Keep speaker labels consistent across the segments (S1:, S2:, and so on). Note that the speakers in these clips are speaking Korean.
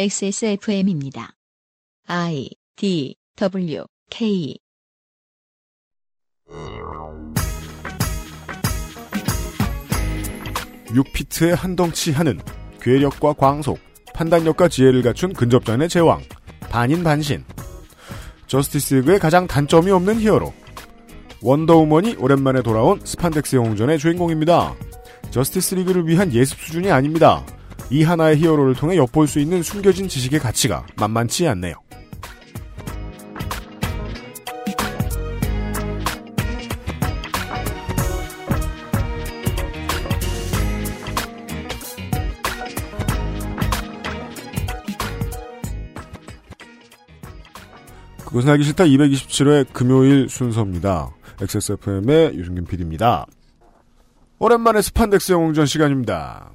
S1: XSFM입니다. I D W K
S2: 육피트의 한덩치 하는 괴력과 광속, 판단력과 지혜를 갖춘 근접전의 제왕, 반인반신. 저스티스 리그의 가장 단점이 없는 히어로. 원더우먼이 오랜만에 돌아온 스판덱스 영웅전의 주인공입니다. 저스티스 리그를 위한 예습 수준이 아닙니다. 이 하나의 히어로를 통해 엿볼 수 있는 숨겨진 지식의 가치가 만만치 않네요. 그것은 알기 싫다 227회 금요일 순서입니다. XSFM의 유승균 PD입니다. 오랜만에 스판덱스 영웅전 시간입니다.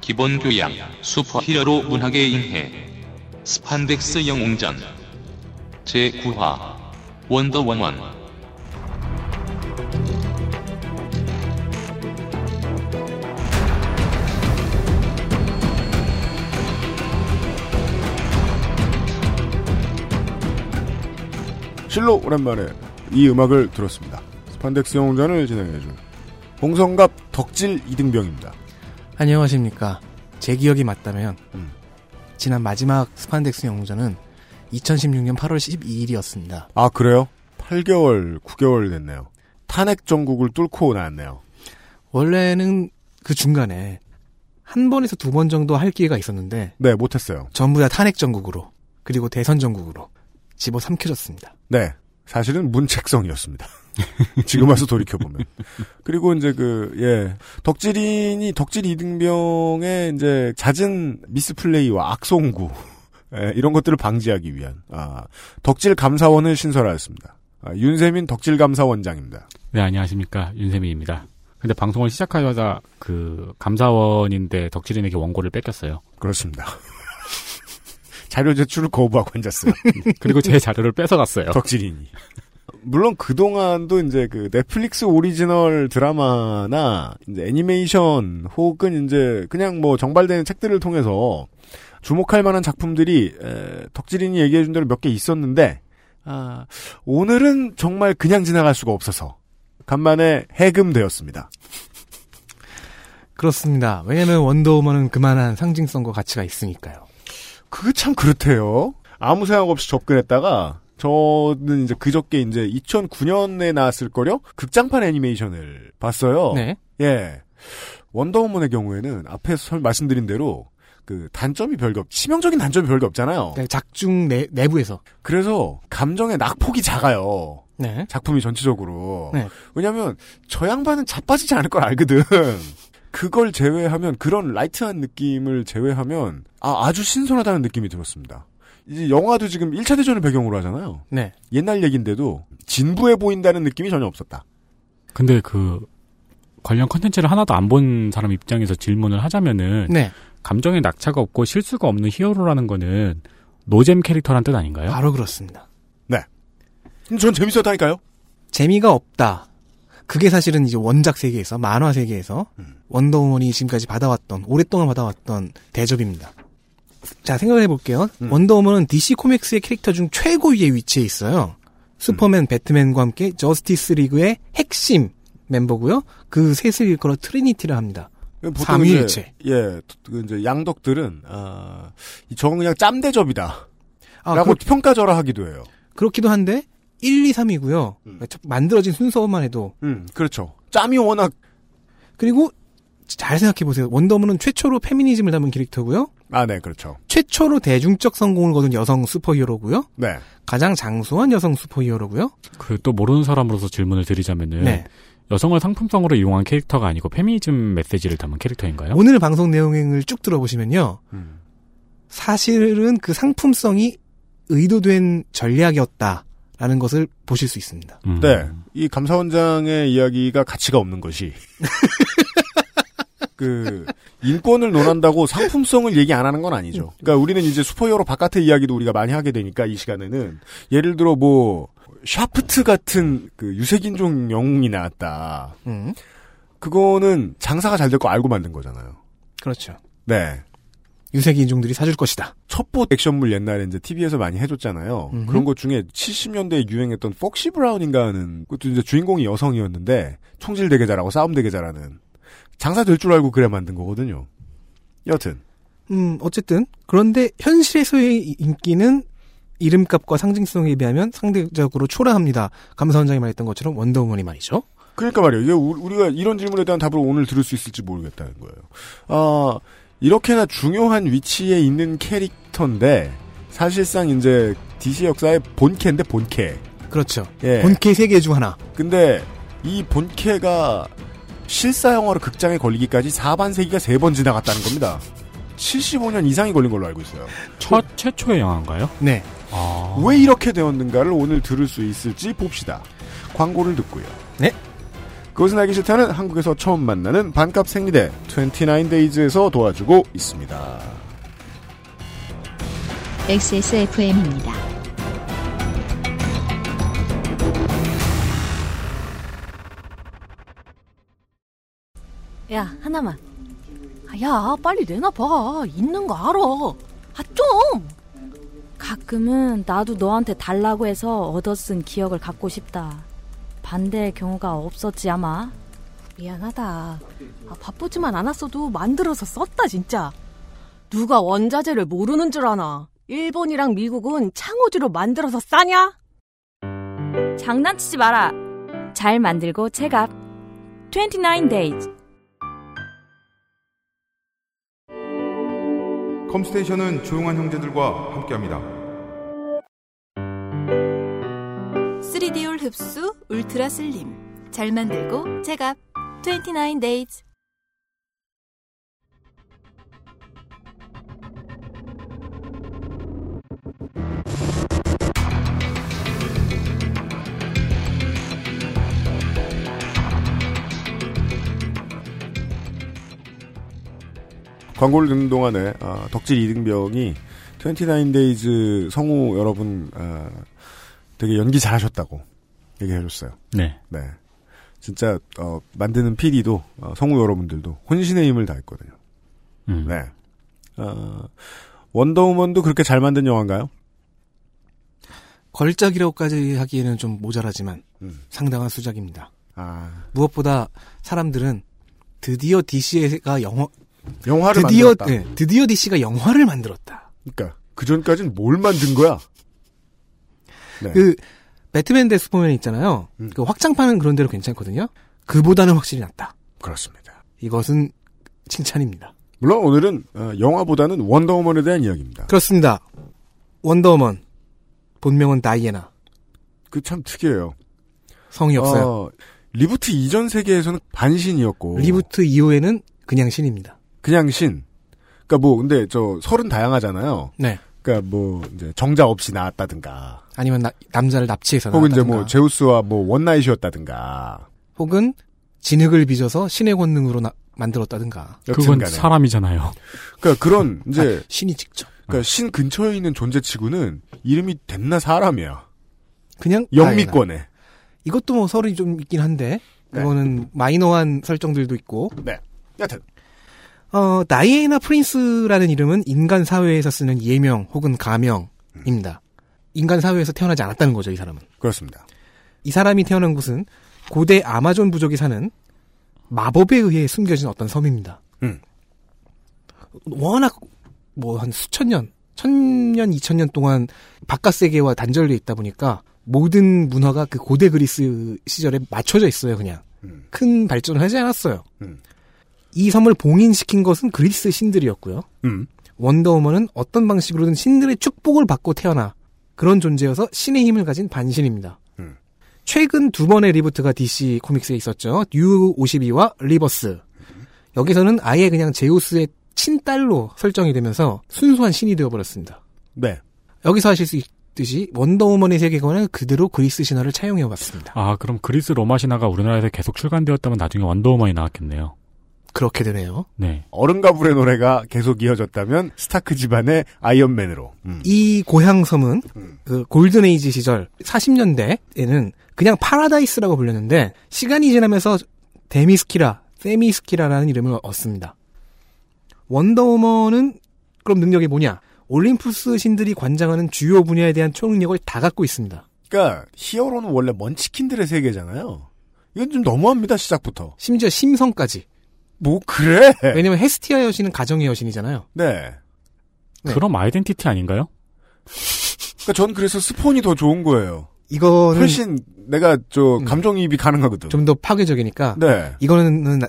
S3: 기본 교양, 슈퍼히어로 문학의 인해, 스판덱스 영웅전, 제9화, 원더원원,
S2: 실로 오랜만에 이 음악을 들었습니다. 스판덱스 영웅전을 진행해준 홍성갑 덕질 이등병입니다.
S4: 안녕하십니까. 제 기억이 맞다면
S2: 음.
S4: 지난 마지막 스판덱스 영웅전은 2016년 8월 12일이었습니다.
S2: 아 그래요? 8개월, 9개월 됐네요. 탄핵 정국을 뚫고 나왔네요.
S4: 원래는 그 중간에 한 번에서 두 번 정도 할 기회가 있었는데
S2: 네, 못했어요.
S4: 전부 다 탄핵 전국으로 그리고 대선 전국으로 집어 삼켜졌습니다.
S2: 네, 사실은 문책성이었습니다. 지금 와서 돌이켜보면. 그리고 이제 그, 예. 덕질인이, 덕질 이등병의 이제 잦은 미스플레이와 악송구, 예, 이런 것들을 방지하기 위한, 아, 덕질 감사원을 신설하였습니다. 아, 윤세민 덕질 감사원장입니다.
S5: 네, 안녕하십니까. 윤세민입니다. 근데 방송을 시작하자마자 그 감사원인데 덕질인에게 원고를 뺏겼어요.
S2: 그렇습니다. 자료 제출을 거부하고 앉았어요.
S5: 그리고 제 자료를 뺏어갔어요.
S2: 덕질인이. 물론 그동안도 이제 그 넷플릭스 오리지널 드라마나 이제 애니메이션 혹은 이제 그냥 뭐 정발되는 책들을 통해서 주목할 만한 작품들이 에, 덕질인이 얘기해준 대로 몇 개 있었는데 아, 오늘은 정말 그냥 지나갈 수가 없어서 간만에 해금되었습니다.
S4: 그렇습니다. 왜냐면 원더우먼은 그만한 상징성과 가치가 있으니까요.
S2: 그게 참 그렇대요. 아무 생각 없이 접근했다가 저는 이제 그저께 이제 2009년에 나왔을 거려 극장판 애니메이션을 봤어요.
S4: 네.
S2: 예. 원더우먼의 경우에는 앞에서 설- 말씀드린 대로 그 단점이 별게 없, 치명적인 단점이 별게 없잖아요.
S4: 그러니까 작중 내, 내부에서
S2: 그래서 감정의 낙폭이 작아요.
S4: 네.
S2: 작품이 전체적으로.
S4: 네.
S2: 왜냐면 저 양반은 자빠지지 않을 걸 알거든. 그걸 제외하면 그런 라이트한 느낌을 제외하면 아, 아주 신선하다는 느낌이 들었습니다. 이제 영화도 지금 1차 대전을 배경으로 하잖아요.
S4: 네.
S2: 옛날 얘긴데도 진부해 보인다는 느낌이 전혀 없었다.
S5: 근데 그 관련 컨텐츠를 하나도 안 본 사람 입장에서 질문을 하자면은
S4: 네.
S5: 감정에 낙차가 없고 실수가 없는 히어로라는 거는 노잼 캐릭터란 뜻
S2: 네.
S5: 아닌가요?
S4: 바로 그렇습니다.
S2: 근데 전 재밌었다니까요.
S4: 재미가 없다. 그게 사실은 이제 원작 세계에서 만화 세계에서
S2: 음.
S4: 원더우먼이 지금까지 받아왔던 오랫동안 받아왔던 대접입니다. 자 생각을 해볼게요.
S2: 음.
S4: 원더우먼은 DC 코믹스의 캐릭터 중 최고 위에 위치해 있어요. 슈퍼맨,
S2: 음.
S4: 배트맨과 함께 저스티스 리그의 핵심 멤버고요. 그 셋을 일컬어 트리니티를 합니다.
S2: 보통
S4: 삼위일체.
S2: 이제, 예, 그 이제 양덕들은 아, 이 저건 그냥 짬대접이다라고
S4: 아, 그,
S2: 평가절하 하기도 해요.
S4: 그렇기도 한데 1, 2, 3이고요. 그러니까
S2: 음.
S4: 만들어진 순서만 해도
S2: 음, 그렇죠. 짬이 워낙
S4: 그리고 잘 생각해보세요. 원더우먼은 최초로 페미니즘을 담은 캐릭터고요.
S2: 아, 네, 그렇죠.
S4: 최초로 대중적 성공을 거둔 여성 슈퍼히어로고요.
S2: 네,
S4: 가장 장수한 여성 슈퍼히어로고요. 네.
S5: 그 또 모르는 사람으로서 질문을 드리자면은
S2: 네.
S5: 여성을 상품성으로 이용한 캐릭터가 아니고 페미니즘 메시지를 담은 캐릭터인가요?
S4: 오늘 방송 내용을 쭉 들어보시면요.
S2: 음.
S4: 사실은 그 상품성이 의도된 전략이었다라는 것을 보실 수 있습니다.
S5: 음.
S2: 네. 이 감사원장의 이야기가 가치가 없는 것이 그 인권을 논한다고 상품성을 얘기 안 하는 건 아니죠. 그러니까 우리는 이제 슈퍼히어로 바깥의 이야기도 우리가 많이 하게 되니까 이 시간에는 예를 들어 뭐 샤프트 같은 그 유색인종 영웅이 나왔다.
S4: 음,
S2: 그거는 장사가 잘 될 거 알고 만든 거잖아요.
S4: 그렇죠.
S2: 네.
S4: 유색 인종들이 사줄 것이다.
S2: 첩보 액션물 옛날에 이제 TV에서 많이 해줬잖아요.
S4: 음흠.
S2: 그런 것 중에 70년대에 유행했던 폭시 브라운인가 하는 그것도 이제 주인공이 여성이었는데 총질 되게 잘하고 싸움 되게 잘하는 장사 될 줄 알고 그래 만든 거거든요. 여튼
S4: 음, 어쨌든 그런데 현실에서의 인기는 이름값과 상징성에 비하면 상대적으로 초라합니다. 감사원장이 말했던 것처럼 원더우먼이 말이죠.
S2: 그러니까 말이에요. 이게 우- 우리가 이런 질문에 대한 답을 오늘 들을 수 있을지 모르겠다는 거예요. 아 이렇게나 중요한 위치에 있는 캐릭터인데 사실상 이제 DC 역사의 본캐인데 본캐.
S4: 그렇죠.
S2: 예.
S4: 본캐 세 개 중 하나.
S2: 근데 이 본캐가 실사 영화로 극장에 걸리기까지 4반세기가 세 번 지나갔다는 겁니다. 75년 이상이 걸린 걸로 알고 있어요.
S5: 첫 최초의 영화인가요?
S4: 네.
S5: 아.
S2: 왜 이렇게 되었는가를 오늘 들을 수 있을지 봅시다. 광고를 듣고요.
S4: 네.
S2: 그것은 알기 싫다는 한국에서 처음 만나는 반값 생리대 29데이즈에서 도와주고 있습니다.
S1: XSFM입니다.
S6: 야, 하나만. 아, 야, 빨리 내놔봐. 있는 거 알아. 아, 좀! 가끔은 나도 너한테 달라고 해서 얻어쓴 기억을 갖고 싶다. 반대의 경우가 없었지, 아마. 미안하다. 아, 바쁘지만 않았어도 만들어서 썼다, 진짜. 누가 원자재를 모르는 줄 아나. 일본이랑 미국은 창호지로 만들어서 싸냐?
S7: 장난치지 마라. 잘 만들고 체갑. 29 days.
S8: 컴스테이션은 조용한 형제들과 함께합니다.
S7: 3D올 흡수 울트라 슬림. 잘 만들고 체갑. 29 days.
S2: 광고를 듣는 동안에 아, 덕질 이등병이 29데이즈 성우 여러분 아, 되게 연기 잘하셨다고 얘기해줬어요.
S5: 네.
S2: 네. 진짜 어, 만드는 PD도 어, 성우 여러분들도 혼신의 힘을 다했거든요.
S5: 음.
S2: 네. 어, 원더우먼도 그렇게 잘 만든 영화인가요?
S4: 걸작이라고까지 하기에는 좀 모자라지만
S2: 음.
S4: 상당한 수작입니다.
S2: 아
S4: 무엇보다 사람들은 드디어 DC가 영화
S2: 영화를
S4: 드디어
S2: 만들었다.
S4: 네, 드디어 DC가 영화를 만들었다.
S2: 그러니까 그 전까지는 뭘 만든 거야? 네.
S4: 그 배트맨 대 슈퍼맨 있잖아요.
S2: 음.
S4: 그 확장판은 그런 대로 괜찮거든요. 그보다는 확실히 낫다.
S2: 그렇습니다.
S4: 이것은 칭찬입니다.
S2: 물론 오늘은 어, 영화보다는 원더우먼에 대한 이야기입니다.
S4: 그렇습니다. 원더우먼 본명은 다이애나
S2: 그 참 특이해요.
S4: 성이 없어요.
S2: 어, 리부트 이전 세계에서는 반신이었고
S4: 리부트 이후에는 그냥 신입니다.
S2: 그냥 신. 그러니까 뭐 근데 저 설은 다양하잖아요.
S4: 네.
S2: 그러니까 뭐 이제 정자 없이 나왔다든가
S4: 아니면 나- 남자를 납치해서
S2: 혹은 이제
S4: 나왔다든가.
S2: 뭐 제우스와 뭐 원나잇이었다든가
S4: 혹은 진흙을 빚어서 신의 권능으로 나- 만들었다든가.
S5: 그건
S2: 여튼간에.
S5: 사람이잖아요.
S2: 그러니까 그런 이제
S4: 아, 신이 직접.
S2: 그러니까 신 근처에 있는 존재치고는 이름이 됐나 사람이야
S4: 그냥 다이애나.
S2: 영미권에
S4: 이것도 뭐 설이 좀 있긴 한데
S2: 네.
S4: 그거는 마이너한 설정들도 있고
S2: 여튼
S4: 어, 다이애나 프린스라는 이름은 인간 사회에서 쓰는 예명 혹은 가명입니다. 인간 사회에서 태어나지 않았다는 거죠, 이 사람은.
S2: 그렇습니다
S4: 이 사람이 태어난 곳은 고대 아마존 부족이 사는 마법에 의해 숨겨진 어떤 섬입니다.
S2: 음.
S4: 워낙 뭐 한 수천 년, 천 년, 이천 년 동안 바깥 세계와 단절돼 있다 보니까 모든 문화가 그 고대 그리스 시절에 맞춰져 있어요, 그냥.
S2: 음.
S4: 큰 발전을 하지 않았어요.
S2: 음.
S4: 이 섬을 봉인시킨 것은 그리스 신들이었고요.
S2: 음
S4: 원더우먼은 어떤 방식으로든 신들의 축복을 받고 태어나 그런 존재여서 신의 힘을 가진 반신입니다.
S2: 음.
S4: 최근 두 번의 리부트가 DC 코믹스에 있었죠. 뉴 52와 리버스. 여기서는 아예 그냥 제우스의 친딸로 설정이 되면서 순수한 신이 되어버렸습니다.
S2: 네
S4: 여기서 하실 수 있듯이 원더우먼의 세계관은 그대로 그리스 신화를 차용해봤습니다.
S5: 아, 그럼 그리스 로마 신화가 우리나라에서 계속 출간되었다면 나중에 원더우먼이 나왔겠네요.
S4: 그렇게 되네요.
S5: 네.
S2: 어른가불의 노래가 계속 이어졌다면 스타크 집안의 아이언맨으로. 음.
S4: 이 고향섬은
S2: 음.
S4: 그 골든에이지 시절 40년대에는 그냥 파라다이스라고 불렸는데 시간이 지나면서 데미스키라, 세미스키라라는 이름을 얻습니다. 원더우먼은 그럼 능력이 뭐냐? 올림푸스 신들이 관장하는 주요 분야에 대한 초능력을 다 갖고 있습니다.
S2: 그러니까 히어로는 원래 먼치킨들의 세계잖아요. 이건 좀 너무합니다 시작부터.
S4: 심지어 심성까지.
S2: 뭐 그래?
S4: 왜냐면 헤스티아 여신은 가정의 여신이잖아요.
S2: 네.
S4: 네.
S5: 그럼 아이덴티티 아닌가요?
S2: 그러니까 전 그래서 스폰이 더 좋은 거예요.
S4: 이거는
S2: 훨씬 내가 저
S4: 음.
S2: 감정이입이 가능하거든.
S4: 좀 더 파괴적이니까
S2: 네.
S4: 이거는 나-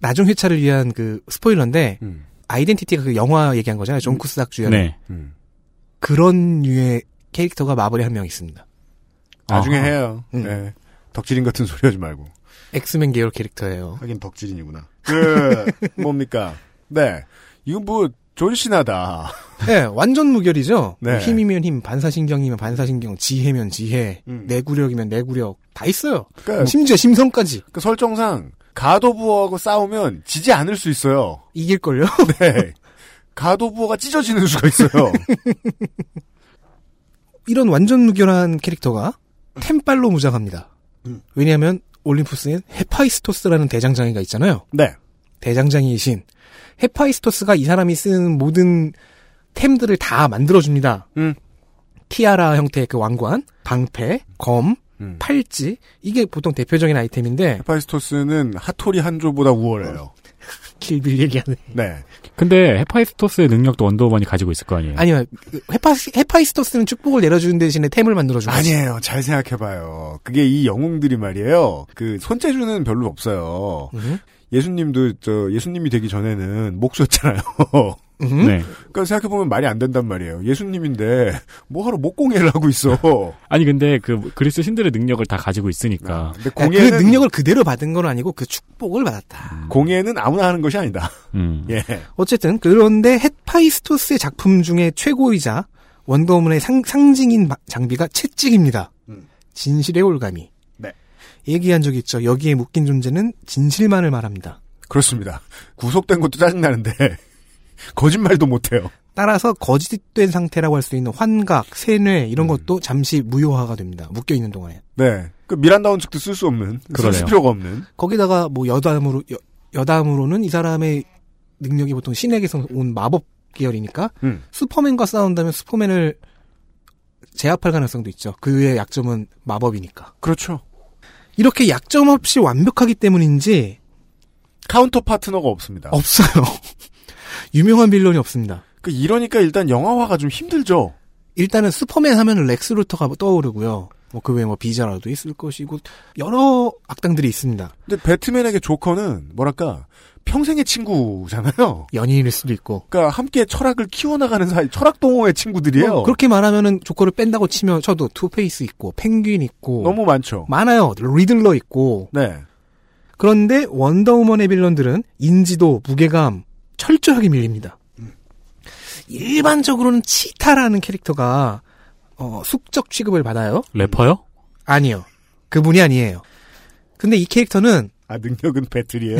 S4: 나중 회차를 위한 그 스포일러인데
S2: 음.
S4: 아이덴티티가 그 영화 얘기한 거잖아요. 존 쿠스닥 주연. 의
S5: 네.
S2: 음.
S4: 그런 류의 캐릭터가 마블에 한 명 있습니다.
S2: 나중에
S5: 아하.
S2: 해요.
S4: 음.
S2: 네. 덕질인 같은 소리 하지 말고.
S4: 엑스맨 계열 캐릭터예요.
S2: 하긴 덕질인이구나. 그 뭡니까? 네. 이거 뭐 존신하다.
S4: 네, 완전 무결이죠.
S2: 네.
S4: 힘이면 힘, 반사신경이면 반사신경, 지혜면 지혜,
S2: 음.
S4: 내구력이면 내구력 다 있어요.
S2: 그러니까
S4: 심지어 심성까지
S2: 그 설정상 가도부어하고 싸우면 지지 않을 수 있어요.
S4: 이길 걸요.
S2: 네. 가도부어가 찢어지는 수가 있어요.
S4: 이런 완전 무결한 캐릭터가 템빨로 무장합니다.
S2: 음.
S4: 왜냐하면 올림푸스엔 헤파이스토스라는 대장장이가 있잖아요.
S2: 네.
S4: 대장장이이신 헤파이스토스가 이 사람이 쓰는 모든 템들을 다 만들어줍니다.
S2: 음.
S4: 티아라 형태의 그 왕관, 방패, 검,
S2: 음.
S4: 팔찌 이게 보통 대표적인 아이템인데
S2: 헤파이스토스는 하토리 한조보다 우월해요.
S4: 길빌 얘기하는
S2: 네.
S5: 근데 헤파이스토스의 능력도 원더우먼이 가지고 있을 거 아니에요?
S4: 아니요 헤파 헤파이스토스는 축복을 내려주는 대신에 템을 만들어주는 거지.
S2: 네. 아니에요. 잘 생각해봐요. 그게 이 영웅들이 말이에요. 그 손재주는 별로 없어요.
S4: 음.
S2: 예수님도 저 예수님이 되기 전에는 목수였잖아요.
S4: 음.
S5: 네.
S2: 그러니까 생각해보면 말이 안 된단 말이에요. 예수님인데 뭐하러 목공예를 하고 있어.
S5: 아니 근데 그 그리스 신들의 능력을 다 가지고 있으니까.
S2: 근데
S4: 그러니까
S2: 공예는
S4: 그 능력을 그대로 받은 건 아니고 그 축복을 받았다.
S2: 공예는 아무나 하는 것이 아니다.
S5: 음.
S2: 예.
S4: 어쨌든 그런데 헤파이스토스의 작품 중에 최고이자 원더우먼의 상, 상징인 마- 장비가 채찍입니다.
S2: 음.
S4: 진실의 올감이.
S2: 네.
S4: 얘기한 적 있죠. 여기에 묶인 존재는 진실만을 말합니다.
S2: 그렇습니다. 구속된 것도 짜증나는데 거짓말도 못해요.
S4: 따라서 거짓된 상태라고 할 수 있는 환각, 세뇌 이런
S2: 음.
S4: 것도 잠시 무효화가 됩니다. 묶여 있는 동안에.
S2: 네. 그 미란다 원칙도 쓸 수 없는, 쓸
S5: 그러네요.
S2: 필요가 없는.
S4: 거기다가 뭐 여담으로 여, 담으로는이 사람의 능력이 보통 신에게서 온 마법 계열이니까
S2: 음.
S4: 슈퍼맨과 싸운다면 슈퍼맨을 제압할 가능성도 있죠. 그의 약점은 마법이니까.
S2: 그렇죠.
S4: 이렇게 약점 없이 완벽하기 때문인지
S2: 카운터 파트너가 없습니다.
S4: 없어요. 유명한 빌런이 없습니다.
S2: 그 이러니까 일단 영화화가 좀 힘들죠.
S4: 일단은 슈퍼맨 하면 렉스 루터가 떠오르고요. 뭐 그 외에 뭐 비자라도 있을 것이고 여러 악당들이 있습니다.
S2: 근데 배트맨에게 조커는 뭐랄까 평생의 친구잖아요.
S4: 연인일 수도 있고.
S2: 그러니까 함께 철학을 키워나가는 사이, 철학 동호회 친구들이에요.
S4: 뭐 그렇게 말하면은 조커를 뺀다고 치면 쳐도 투페이스 있고 펭귄 있고
S2: 너무 많죠.
S4: 많아요. 리들러 있고.
S2: 네.
S4: 그런데 원더우먼의 빌런들은 인지도, 무게감 철저하게 밀립니다. 일반적으로는 치타라는 캐릭터가 어, 숙적 취급을 받아요.
S5: 래퍼요?
S4: 아니요. 그분이 아니에요. 근데 이 캐릭터는
S2: 아 능력은 배틀이에요.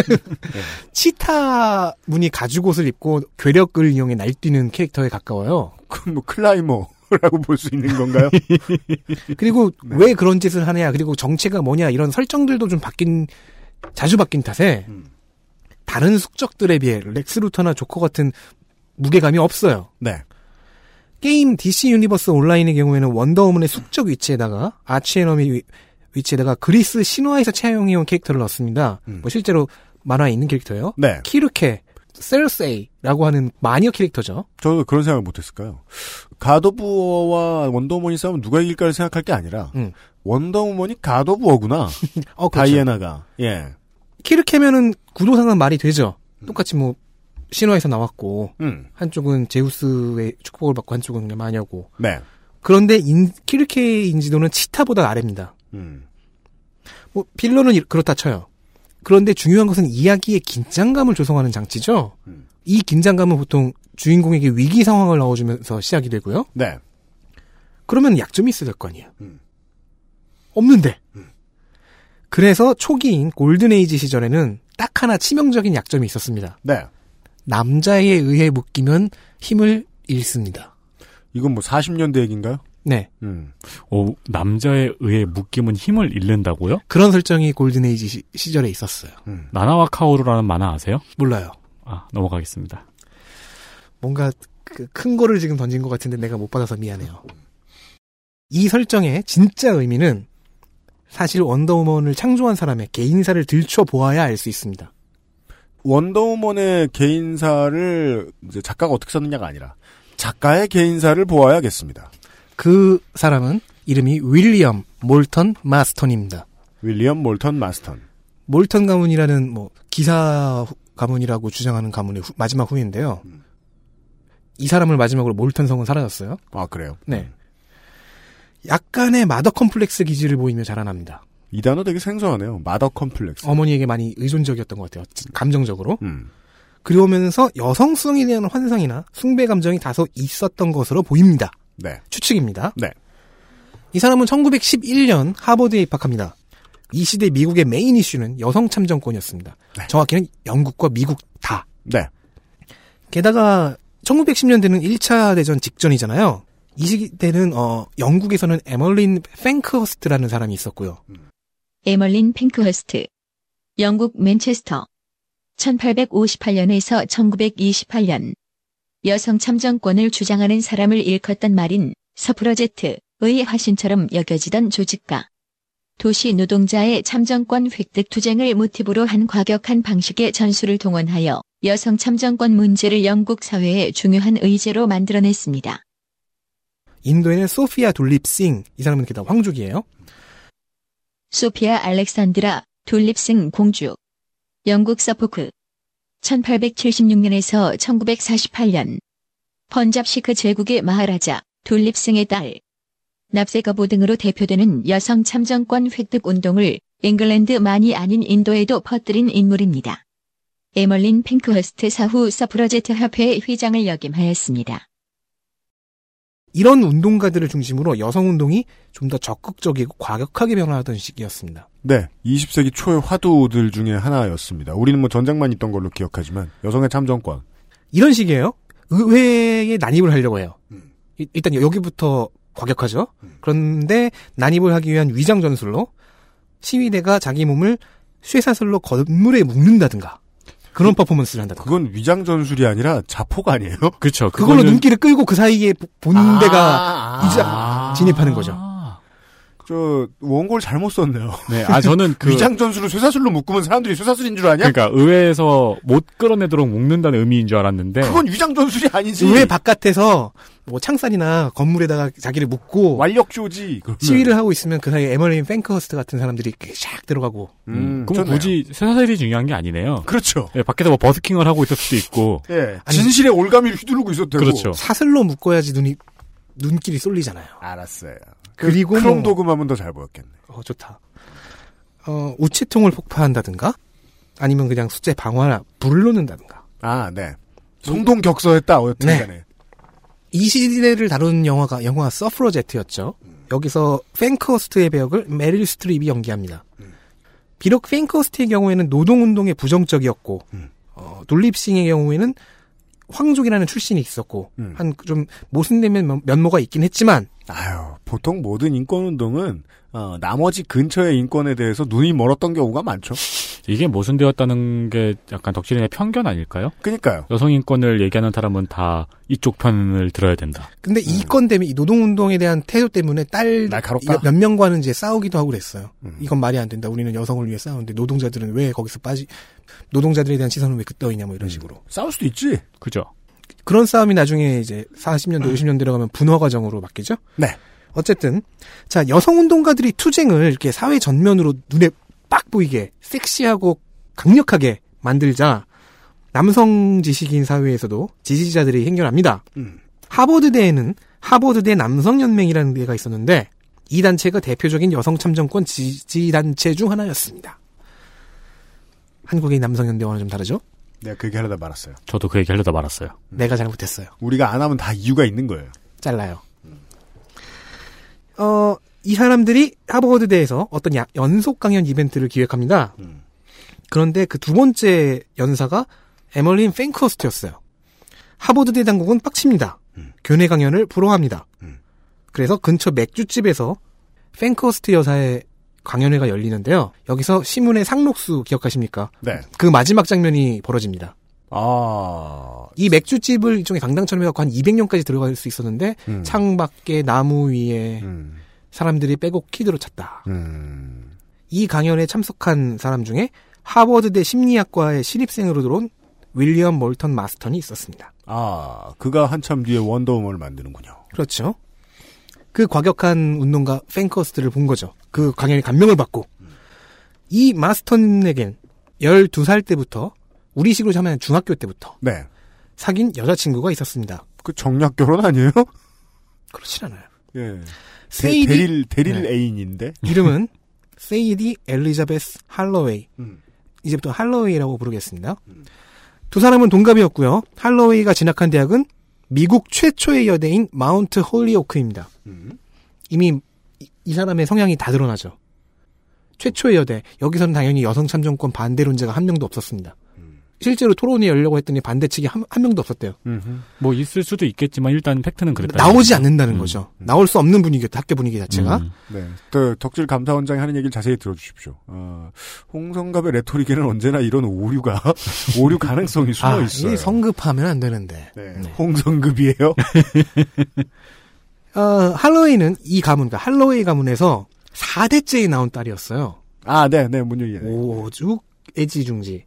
S4: 치타 무늬 가죽옷을 입고 괴력을 이용해 날뛰는 캐릭터에 가까워요.
S2: 그럼 뭐 클라이머라고 볼 수 있는 건가요?
S4: 그리고 왜 그런 짓을 하냐, 그리고 정체가 뭐냐 이런 설정들도 좀 바뀐 자주 바뀐 탓에
S2: 음.
S4: 다른 숙적들에 비해 렉스 루터나 조커 같은 무게감이 없어요.
S2: 네.
S4: 게임 DC 유니버스 온라인의 경우에는 원더우먼의 숙적 위치에다가 아치에너미 위- 위치에다가 그리스 신화에서 차용해온 캐릭터를 넣었습니다.
S2: 음.
S4: 뭐 실제로 만화에 있는 캐릭터예요.
S2: 네.
S4: 키르케, 셀세이라고 하는 마녀 캐릭터죠.
S2: 저도 그런 생각을 못했을까요? 가도부어와 원더우먼이 싸우면 누가 이길까를 생각할 게 아니라
S4: 음.
S2: 원더우먼이 가도부어구나.
S4: 어, 그렇죠.
S2: 다이애나가. 예.
S4: 키르케면은 구도상은 말이 되죠. 똑같이 뭐 신화에서 나왔고
S2: 음.
S4: 한쪽은 제우스의 축복을 받고 한쪽은 그냥 마녀고.
S2: 네.
S4: 그런데 인, 키르케의 인지도는 치타보다 아래입니다.
S2: 음.
S4: 뭐 빌런은 이- 그렇다 쳐요. 그런데 중요한 것은 이야기의 긴장감을 조성하는 장치죠.
S2: 음.
S4: 이 긴장감은 보통 주인공에게 위기 상황을 넣어주면서 시작이 되고요.
S2: 네.
S4: 그러면 약점이 있어야 될 거 아니에요.
S2: 음.
S4: 없는데. 그래서 초기인 골든에이지 시절에는 딱 하나 치명적인 약점이 있었습니다.
S2: 네.
S4: 남자에 의해 묶이면 힘을 잃습니다.
S2: 이건 뭐 40년대 얘기인가요?
S4: 네.
S2: 음.
S5: 오, 남자에 의해 묶임은 힘을 잃는다고요?
S4: 그런 설정이 골든에이지 시- 시절에 있었어요.
S5: 나나와 카오루라는 만화 아세요?
S4: 몰라요.
S5: 아, 넘어가겠습니다.
S4: 뭔가 그큰 거를 지금 던진 것 같은데 내가 못 받아서 미안해요. 이 설정의 진짜 의미는 사실 원더우먼을 창조한 사람의 개인사를 들춰보아야 알 수 있습니다.
S2: 원더우먼의 개인사를 이제 작가가 어떻게 썼느냐가 아니라 작가의 개인사를 보아야겠습니다.
S4: 그 사람은 이름이 윌리엄 몰턴 마스턴입니다.
S2: 윌리엄 몰턴 마스턴.
S4: 몰턴 가문이라는 뭐 기사 후- 가문이라고 주장하는 가문의 후- 마지막 후예인데요. 이 사람을 마지막으로 몰턴 성은 사라졌어요.
S2: 아 그래요?
S4: 네. 약간의 마더 컴플렉스 기질을 보이며 자라납니다.
S2: 이 단어 되게 생소하네요. 마더 컴플렉스.
S4: 어머니에게 많이 의존적이었던 것 같아요. 지- 감정적으로.
S2: 음.
S4: 그러면서 여성성에 대한 환상이나 숭배 감정이 다소 있었던 것으로 보입니다.
S2: 네.
S4: 추측입니다.
S2: 네.
S4: 이 사람은 1911년 하버드에 입학합니다. 이 시대 미국의 메인 이슈는 여성 참정권이었습니다. 정확히는 영국과 미국 다.
S2: 네.
S4: 게다가 1910년대는 1차 대전 직전이잖아요. 이 시대는 어, 영국에서는 에멀린 팽크허스트라는 사람이 있었고요.
S1: 에멀린 핑크허스트. 영국 맨체스터. 1858년에서 1928년. 여성 참정권을 주장하는 사람을 일컫던 말인 서프로제트의 화신처럼 여겨지던 조직가. 도시 노동자의 참정권 획득 투쟁을 모티브로 한 과격한 방식의 전술을 동원하여 여성 참정권 문제를 영국 사회의 중요한 의제로 만들어냈습니다.
S4: 인도에는 소피아 돌립 싱, 이 사람은 게다가 황족이에요.
S1: 소피아 알렉산드라 돌립승 공주 영국 서포크 1876년에서 1948년 번잡시크 제국의 마하라자 돌립승의 딸 납세거부 등으로 대표되는 여성 참정권 획득 운동을 잉글랜드만이 아닌 인도에도 퍼뜨린 인물입니다. 에멀린 핑크허스트 사후 서프로제트 협회의 회장을 역임하였습니다.
S4: 이런 운동가들을 중심으로 여성 운동이 좀 더 적극적이고 과격하게 변화하던 시기였습니다.
S2: 네. 20세기 초의 화두들 중에 하나였습니다. 우리는 뭐 전장만 있던 걸로 기억하지만 여성의 참정권.
S4: 이런 식이에요. 의회에 난입을 하려고 해요.
S5: 음.
S4: 이- 일단 여기부터 과격하죠. 그런데 난입을 하기 위한 위장 전술로 시위대가 자기 몸을 쇠사슬로 건물에 묶는다든가 그런 퍼포먼스를 한다든가
S2: 그건 위장 전술이 아니라 자포가 아니에요?
S5: 그쵸.
S4: 그걸로
S5: 그거는-
S4: 눈길을 끌고 그 사이에 보- 본 데가
S5: 아.
S4: 이제 진입하는 거죠.
S2: 저 원고를 잘못 썼네요.
S5: 네, 아, 저는 그.
S2: 위장 전술을 쇠사슬로 묶으면 사람들이 쇠사슬인 줄 아냐?
S5: 그러니까 의회에서 못 끌어내도록 묶는다는 의미인 줄 알았는데.
S2: 그건 위장 전술이 아니지.
S4: 의회 바깥에서 뭐 창살이나 건물에다가 자기를 묶고
S2: 완력조지.
S4: 시위를 하고 있으면 그 사이에 에멀린 팽크허스트 같은 사람들이 이렇게 샥 들어가고
S5: 음, 그럼 굳이 쇠사슬이 중요한 게 아니네요.
S2: 그렇죠.
S5: 네, 밖에서 뭐 버스킹을 하고 있을 수도 있고.
S2: 예.
S4: 아니-
S2: 진실의 올가미를 휘두르고 있었대고.
S5: 그렇죠.
S4: 사슬로 묶어야지 눈이 눈길이 쏠리잖아요.
S2: 알았어요.
S4: 그리고
S2: 크롬
S4: 뭐-
S2: 도금하면 더 잘 보였겠네.
S4: 어 좋다. 어 우체통을 폭파한다든가 아니면 그냥 숫제 방화나 불을 놓는다든가
S2: 아, 네.
S5: 음.
S2: 성동 격서했다.
S4: 네.
S2: 어쨌든간에.
S4: 이 시대를 다룬 영화가 영화 서프로제트였죠. 여기서 팽크허스트의 배역을 메릴 스트립이 연기합니다. 비록 팽크허스트의 경우에는 노동운동에 부정적이었고 어, 돌립싱의 경우에는 황족이라는 출신이 있었고
S2: 음.
S4: 한 좀 모순되면 면- 면모가 있긴 했지만
S2: 아유, 보통 모든 인권 운동은 어, 나머지 근처의 인권에 대해서 눈이 멀었던 경우가 많죠.
S5: 이게 모순되었다는 게 약간 덕질인의 편견 아닐까요?
S2: 그러니까요.
S5: 여성 인권을 얘기하는 사람은 다 이쪽 편을 들어야 된다.
S4: 근데 이 건 때문에 이 노동운동에 대한 태도 때문에 딸
S2: 음. 날카롭다.
S4: 몇 명과는 이제 싸우기도 하고 그랬어요.
S2: 음.
S4: 이건 말이 안 된다. 우리는 여성을 위해 싸우는데 노동자들은 왜 거기서 빠지? 노동자들에 대한 시선은 왜 그따위냐
S2: 음.
S4: 뭐 이런 식으로.
S2: 싸울 수도 있지.
S5: 그죠?
S4: 그런 싸움이 나중에 이제 40년대 50년대로 가면 분화 과정으로 바뀌죠.
S2: 음. 네.
S4: 어쨌든 자 여성 운동가들이 투쟁을 이렇게 사회 전면으로 눈에 빡 보이게 섹시하고 강력하게 만들자 남성 지식인 사회에서도 지지자들이 행렬합니다.
S2: 음.
S4: 하버드대에는 하버드대 남성연맹이라는 데가 있었는데 이 단체가 대표적인 여성 참정권 지지 단체 중 하나였습니다. 한국의 남성연대와는 좀 다르죠?
S2: 내가 그 얘기하려다 말았어요.
S5: 저도 그 얘기 하려다 말았어요.
S4: 내가 잘못했어요.
S2: 우리가 안 하면 다 이유가 있는 거예요.
S4: 잘라요. 어, 음. 이 사람들이 하버드대에서 어떤 야- 연속 강연 이벤트를 기획합니다. 그런데 그 두 번째 연사가 에멀린 팬크허스트였어요. 하버드대 당국은 빡칩니다. 교내 강연을 불허합니다.
S2: 음.
S4: 그래서 근처 맥주집에서 팬크허스트 여사의 강연회가 열리는데요. 여기서 시문의 상록수 기억하십니까?
S2: 네.
S4: 그 마지막 장면이 벌어집니다.
S2: 아,
S4: 이 맥주집을 일종의 강당처럼 해갖고 한 200년까지 들어갈 수 있었는데
S2: 음.
S4: 창밖에 나무 위에
S2: 음,
S4: 사람들이 빼곡 키드로 찼다.
S2: 음,
S4: 이 강연에 참석한 사람 중에 하버드대 심리학과의 신입생으로 들어온 윌리엄 몰턴 마스턴이 있었습니다.
S2: 아, 그가 한참 뒤에 원더우먼을 만드는군요.
S4: 그렇죠. 그 과격한 운동가 팬커스트를 본 거죠. 그 강연에 감명을 받고 이 마스턴에겐 12살 때부터 우리식으로 하면 중학교 때부터
S2: 네.
S4: 사귄 여자친구가 있었습니다.
S2: 그 정략 결혼 아니에요?
S4: 그렇진 않아요.
S2: 예. 대,
S4: 세이디
S2: 대릴, 대릴
S4: 네.
S2: 애인인데?
S4: 이름은 세이디 엘리자베스 할로웨이.
S2: 음.
S4: 이제부터 할로웨이라고 부르겠습니다. 두 사람은 동갑이었고요. 할로웨이가 진학한 대학은 미국 최초의 여대인 마운트 홀리오크입니다.
S2: 음.
S4: 이미 이- 이 사람의 성향이 다 드러나죠. 최초의 여대. 여기서는 당연히 여성 참정권 반대론자가 한 명도 없었습니다. 실제로 토론이 열려고 했더니 반대 측이 한, 한 명도 없었대요.
S2: 음.
S5: 뭐 있을 수도 있겠지만 일단 팩트는 그랬다.
S4: 나오지 않는다는 거죠.
S2: 음.
S4: 나올 수 없는 분위기였다. 학교 분위기 자체가.
S5: 음.
S2: 네. 그 덕질 감사원장이 하는 얘기를 자세히 들어주십시오. 어, 홍성갑의 레토릭에는 언제나 이런 오류가, 오류 아, 가능성이 숨어 있어요.
S4: 아, 이 성급하면 안 되는데.
S2: 네. 홍성급이에요?
S4: 어, 할로웨이는 이 가문, 그러니까 할로웨이 가문에서 4대째에 나온 딸이었어요.
S2: 아, 네, 네, 문유리. 네.
S4: 오죽 애지중지.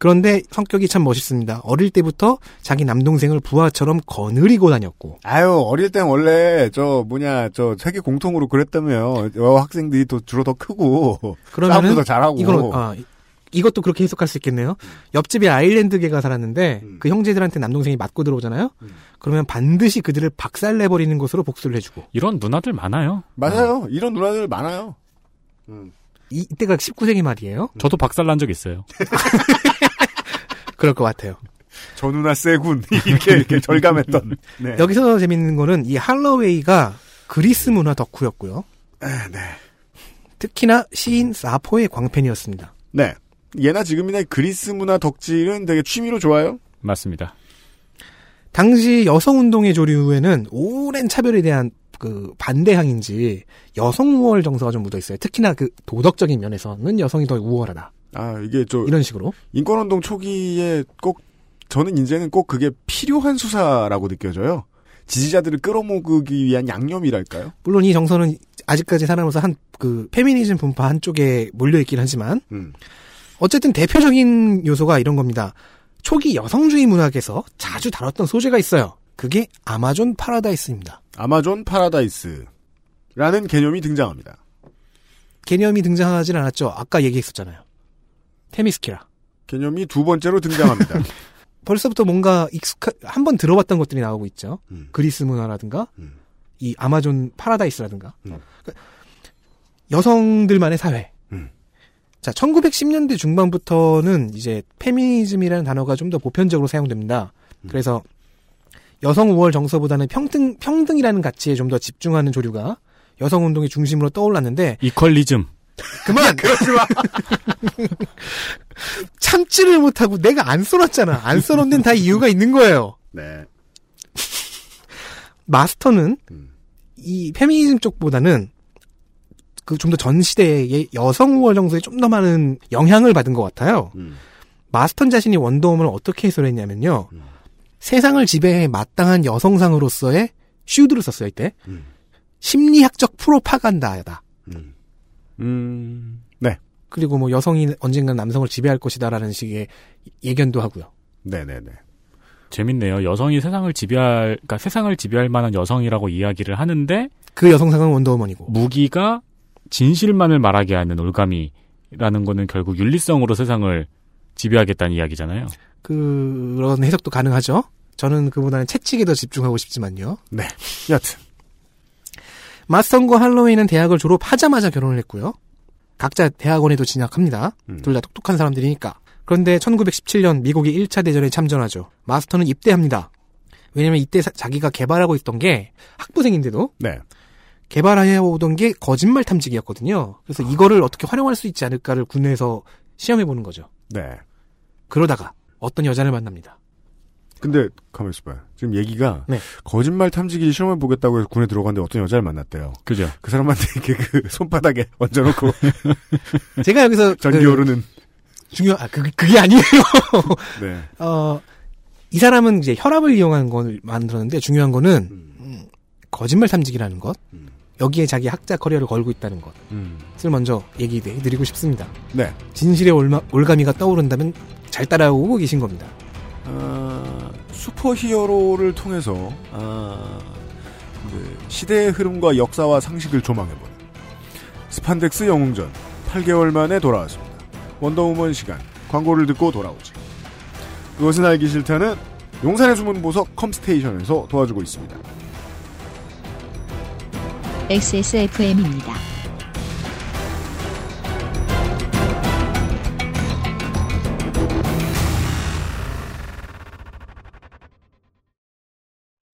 S4: 그런데 성격이 참 멋있습니다. 어릴 때부터 자기 남동생을 부하처럼 거느리고 다녔고.
S2: 아유, 어릴 땐 원래, 저, 뭐냐, 저, 세계 공통으로 그랬다며. 어, 학생들이 더, 주로 더 크고. 싸움도 더 잘하고.
S4: 이건 아, 이- 이것도 그렇게 해석할 수 있겠네요. 옆집에 아일랜드계가 살았는데
S2: 음.
S4: 그 형제들한테 남동생이 맞고 들어오잖아요. 그러면 반드시 그들을 박살내 버리는 것으로 복수를 해주고.
S5: 이런 누나들 많아요.
S2: 맞아요. 이런 누나들 많아요.
S4: 이, 이때가 19세기 말이에요.
S5: 저도 박살난 적 있어요.
S4: 그럴 것 같아요.
S2: 저 누나 세군. 이렇게, 이렇게 절감했던. 네.
S4: 여기서 재밌는 거는 이 할러웨이가 그리스 문화 덕후였고요.
S2: 네.
S4: 특히나 시인 사포의 광팬이었습니다.
S2: 네. 예나 지금이나 그리스 문화 덕질은 되게 취미로 좋아요.
S5: 맞습니다.
S4: 당시 여성운동의 조류에는 오랜 차별에 대한 그 반대향인지 여성 우월 정서가 좀 묻어 있어요. 특히나 그 도덕적인 면에서는 여성이 더 우월하다.
S2: 아, 이게 저,
S4: 이런 식으로.
S2: 인권운동 초기에 꼭, 저는 이제는 꼭 그게 필요한 수사라고 느껴져요. 지지자들을 끌어모으기 위한 양념이랄까요?
S4: 물론 이 정서는 아직까지 사람으로서 한 그 페미니즘 분파 한쪽에 몰려 있긴 하지만
S2: 음.
S4: 어쨌든 대표적인 요소가 이런 겁니다. 초기 여성주의 문학에서 자주 다뤘던 소재가 있어요. 그게 아마존 파라다이스입니다.
S2: 아마존 파라다이스라는 개념이 등장합니다.
S4: 개념이 등장하진 않았죠. 아까 얘기했었잖아요. 테미스키라.
S2: 개념이 두 번째로 등장합니다.
S4: 벌써부터 뭔가 익숙한 한 번 들어봤던 것들이 나오고 있죠.
S2: 음.
S4: 그리스 문화라든가
S2: 음.
S4: 이 아마존 파라다이스라든가
S2: 음.
S4: 그러니까 여성들만의 사회.
S2: 음.
S4: 자, 1910년대 중반부터는 이제 페미니즘이라는 단어가 좀 더 보편적으로 사용됩니다.
S2: 음.
S4: 그래서 여성 우월 정서보다는 평등 평등이라는 가치에 좀 더 집중하는 조류가 여성 운동의 중심으로 떠올랐는데
S5: 이퀄리즘.
S4: 그만 그러지 마. 참지를 못하고 내가 안 써놨잖아. 안 써놓는 다 이유가 있는 거예요.
S2: 네.
S4: 마스터는
S2: 음.
S4: 이 페미니즘 쪽보다는 그 좀 더 전 시대의 여성 우월 정서에 좀 더 많은 영향을 받은 것 같아요.
S2: 음.
S4: 마스턴 자신이 원더우먼을 어떻게 해설했냐면요.
S2: 음.
S4: 세상을 지배해 마땅한 여성상으로서의 슈드를 썼어요 이때.
S2: 음.
S4: 심리학적 프로파간다다.
S2: 음. 음. 네.
S4: 그리고 뭐 여성이 언젠가 남성을 지배할 것이다라는 식의 예견도 하고요.
S2: 네네네.
S5: 재밌네요. 여성이 세상을 지배할, 그러니까 세상을 지배할 만한 여성이라고 이야기를 하는데
S4: 그 여성상은 원더우먼이고.
S5: 무기가 진실만을 말하게 하는 올가미라는 거는 결국 윤리성으로 세상을 지배하겠다는 이야기잖아요.
S4: 그- 그런 해석도 가능하죠. 저는 그보다는 채찍에 더 집중하고 싶지만요.
S2: 네. 여튼.
S4: 마스턴과 할로웨이는 대학을 졸업하자마자 결혼을 했고요. 각자 대학원에도 진학합니다.
S2: 음.
S4: 둘 다 똑똑한 사람들이니까. 그런데 1917년 미국이 1차 대전에 참전하죠. 마스터는 입대합니다. 왜냐면 이때 사- 자기가 개발하고 있던 게 학부생인데도
S2: 네. 아.
S4: 개발해 오던 게 거짓말 탐지기였거든요. 그래서 이거를 어떻게 활용할 수 있지 않을까를 군내에서 시험해보는 거죠.
S2: 네.
S4: 그러다가 어떤 여자를 만납니다.
S2: 근데 가만 있어봐요. 지금 얘기가
S4: 네.
S2: 거짓말 탐지기 시험해 보겠다고 해서 군에 들어갔는데 어떤 여자를 만났대요.
S5: 그죠.
S2: 그 사람한테 이렇게 그 손바닥에 얹어놓고
S4: 제가 여기서
S2: 전기
S4: 그
S2: 오르는.
S4: 중요 아 그게 그게 아니에요.
S2: 네.
S4: 어, 이 사람은 이제 혈압을 이용한 걸 만들었는데 중요한 거는 음, 거짓말 탐지기라는 것 여기에 자기 학자 커리어를 걸고 있다는 것을
S2: 음.
S4: 먼저 얘기드리고 싶습니다.
S2: 네.
S4: 진실의 올마, 올가미가 떠오른다면 잘 따라오고 계신 겁니다.
S2: 아, 슈퍼히어로를 통해서 아, 그 시대의 흐름과 역사와 상식을 조망해보는 스판덱스 영웅전 8개월 만에 돌아왔습니다. 원더우먼 시간 광고를 듣고 돌아오지. 그것은 알기 싫다는 용산의 숨은 보석 컴스테이션에서 도와주고 있습니다.
S1: XSFM입니다.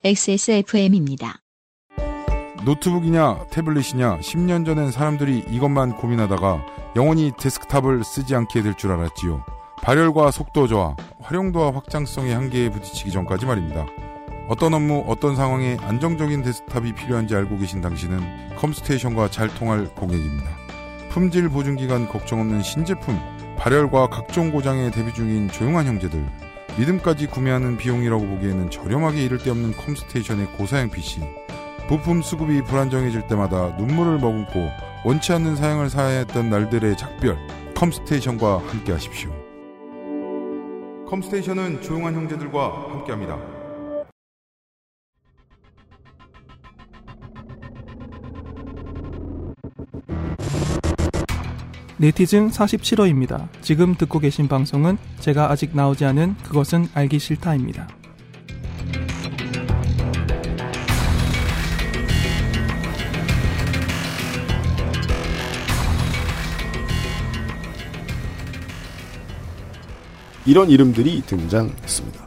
S1: XSFM입니다.
S8: 노트북이냐 태블릿이냐 10년 전엔 사람들이 이것만 고민하다가 영원히 데스크탑을 쓰지 않게 될 줄 알았지요. 발열과 속도 저하, 활용도와 확장성의 한계에 부딪히기 전까지 말입니다. 어떤 업무, 어떤 상황에 안정적인 데스크탑이 필요한지 알고 계신 당신은 컴스테이션과 잘 통할 고객입니다. 품질 보증 기간 걱정 없는 신제품, 발열과 각종 고장에 대비 중인 조용한 형제들, 믿음까지 구매하는 비용이라고 보기에는 저렴하게 이를 데 없는 컴스테이션의 고사양 PC, 부품 수급이 불안정해질 때마다 눈물을 머금고 원치 않는 사양을 사야 했던 날들의 작별 컴스테이션과 함께 하십시오. 컴스테이션은 조용한 형제들과 함께합니다.
S9: 네티즌 47호입니다. 지금 듣고 계신 방송은 제가 아직 나오지 않은 그것은 알기 싫다입니다.
S2: 이런 이름들이 등장했습니다.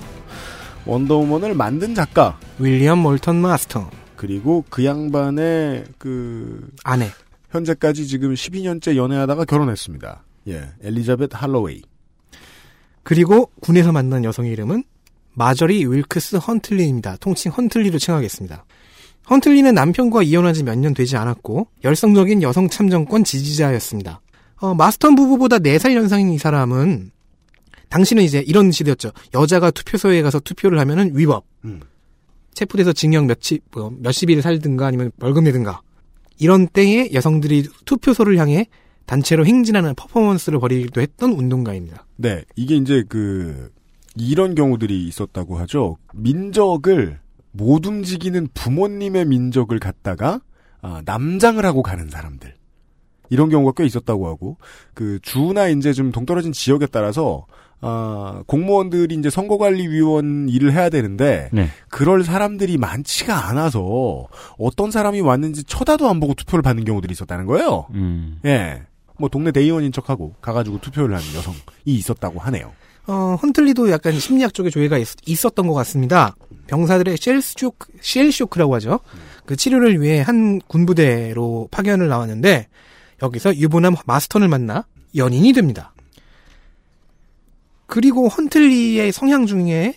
S2: 원더우먼을 만든 작가
S4: 윌리엄 몰턴 마스터
S2: 그리고 그 양반의 그
S4: 아내
S2: 현재까지 지금 12년째 연애하다가 결혼했습니다. 예, 엘리자벳 할로웨이.
S4: 그리고 군에서 만난 여성의 이름은 마저리 윌크스 헌틀리입니다. 통칭 헌틀리로 칭하겠습니다. 헌틀리는 남편과 이혼한 지 몇 년 되지 않았고 열성적인 여성 참정권 지지자였습니다. 어, 마스턴 부부보다 4살 연상인 이 사람은 당시는 이제 이런 시대였죠. 여자가 투표소에 가서 투표를 하면은 위법.
S2: 음.
S4: 체포돼서 징역 몇십, 뭐, 몇십 일 살든가 아니면 벌금 내든가. 이런 때에 여성들이 투표소를 향해 단체로 행진하는 퍼포먼스를 벌이기도 했던 운동가입니다.
S2: 네, 이게 이제 그 이런 경우들이 있었다고 하죠. 민적을 못 움직이는 부모님의 민적을 갖다가 아, 남장을 하고 가는 사람들 이런 경우가 꽤 있었다고 하고 그 주나 이제 좀 동떨어진 지역에 따라서 아, 공무원들이 이제 선거관리위원 일을 해야 되는데
S5: 네.
S2: 그럴 사람들이 많지가 않아서 어떤 사람이 왔는지 쳐다도 안 보고 투표를 받는 경우들이 있었다는 거예요.
S5: 음.
S2: 예. 뭐 동네 대의원인 척하고 가가지고 투표를 하는 여성이 있었다고 하네요.
S4: 어, 헌틀리도 약간 심리학 쪽에 조예가 있, 었던것 같습니다. 병사들의 쉘쇼크, 쉘쇼크라고 하죠. 그 치료를 위해 한 군부대로 파견을 나왔는데 여기서 유부남 마스턴을 만나 연인이 됩니다. 그리고 헌틀리의 성향 중에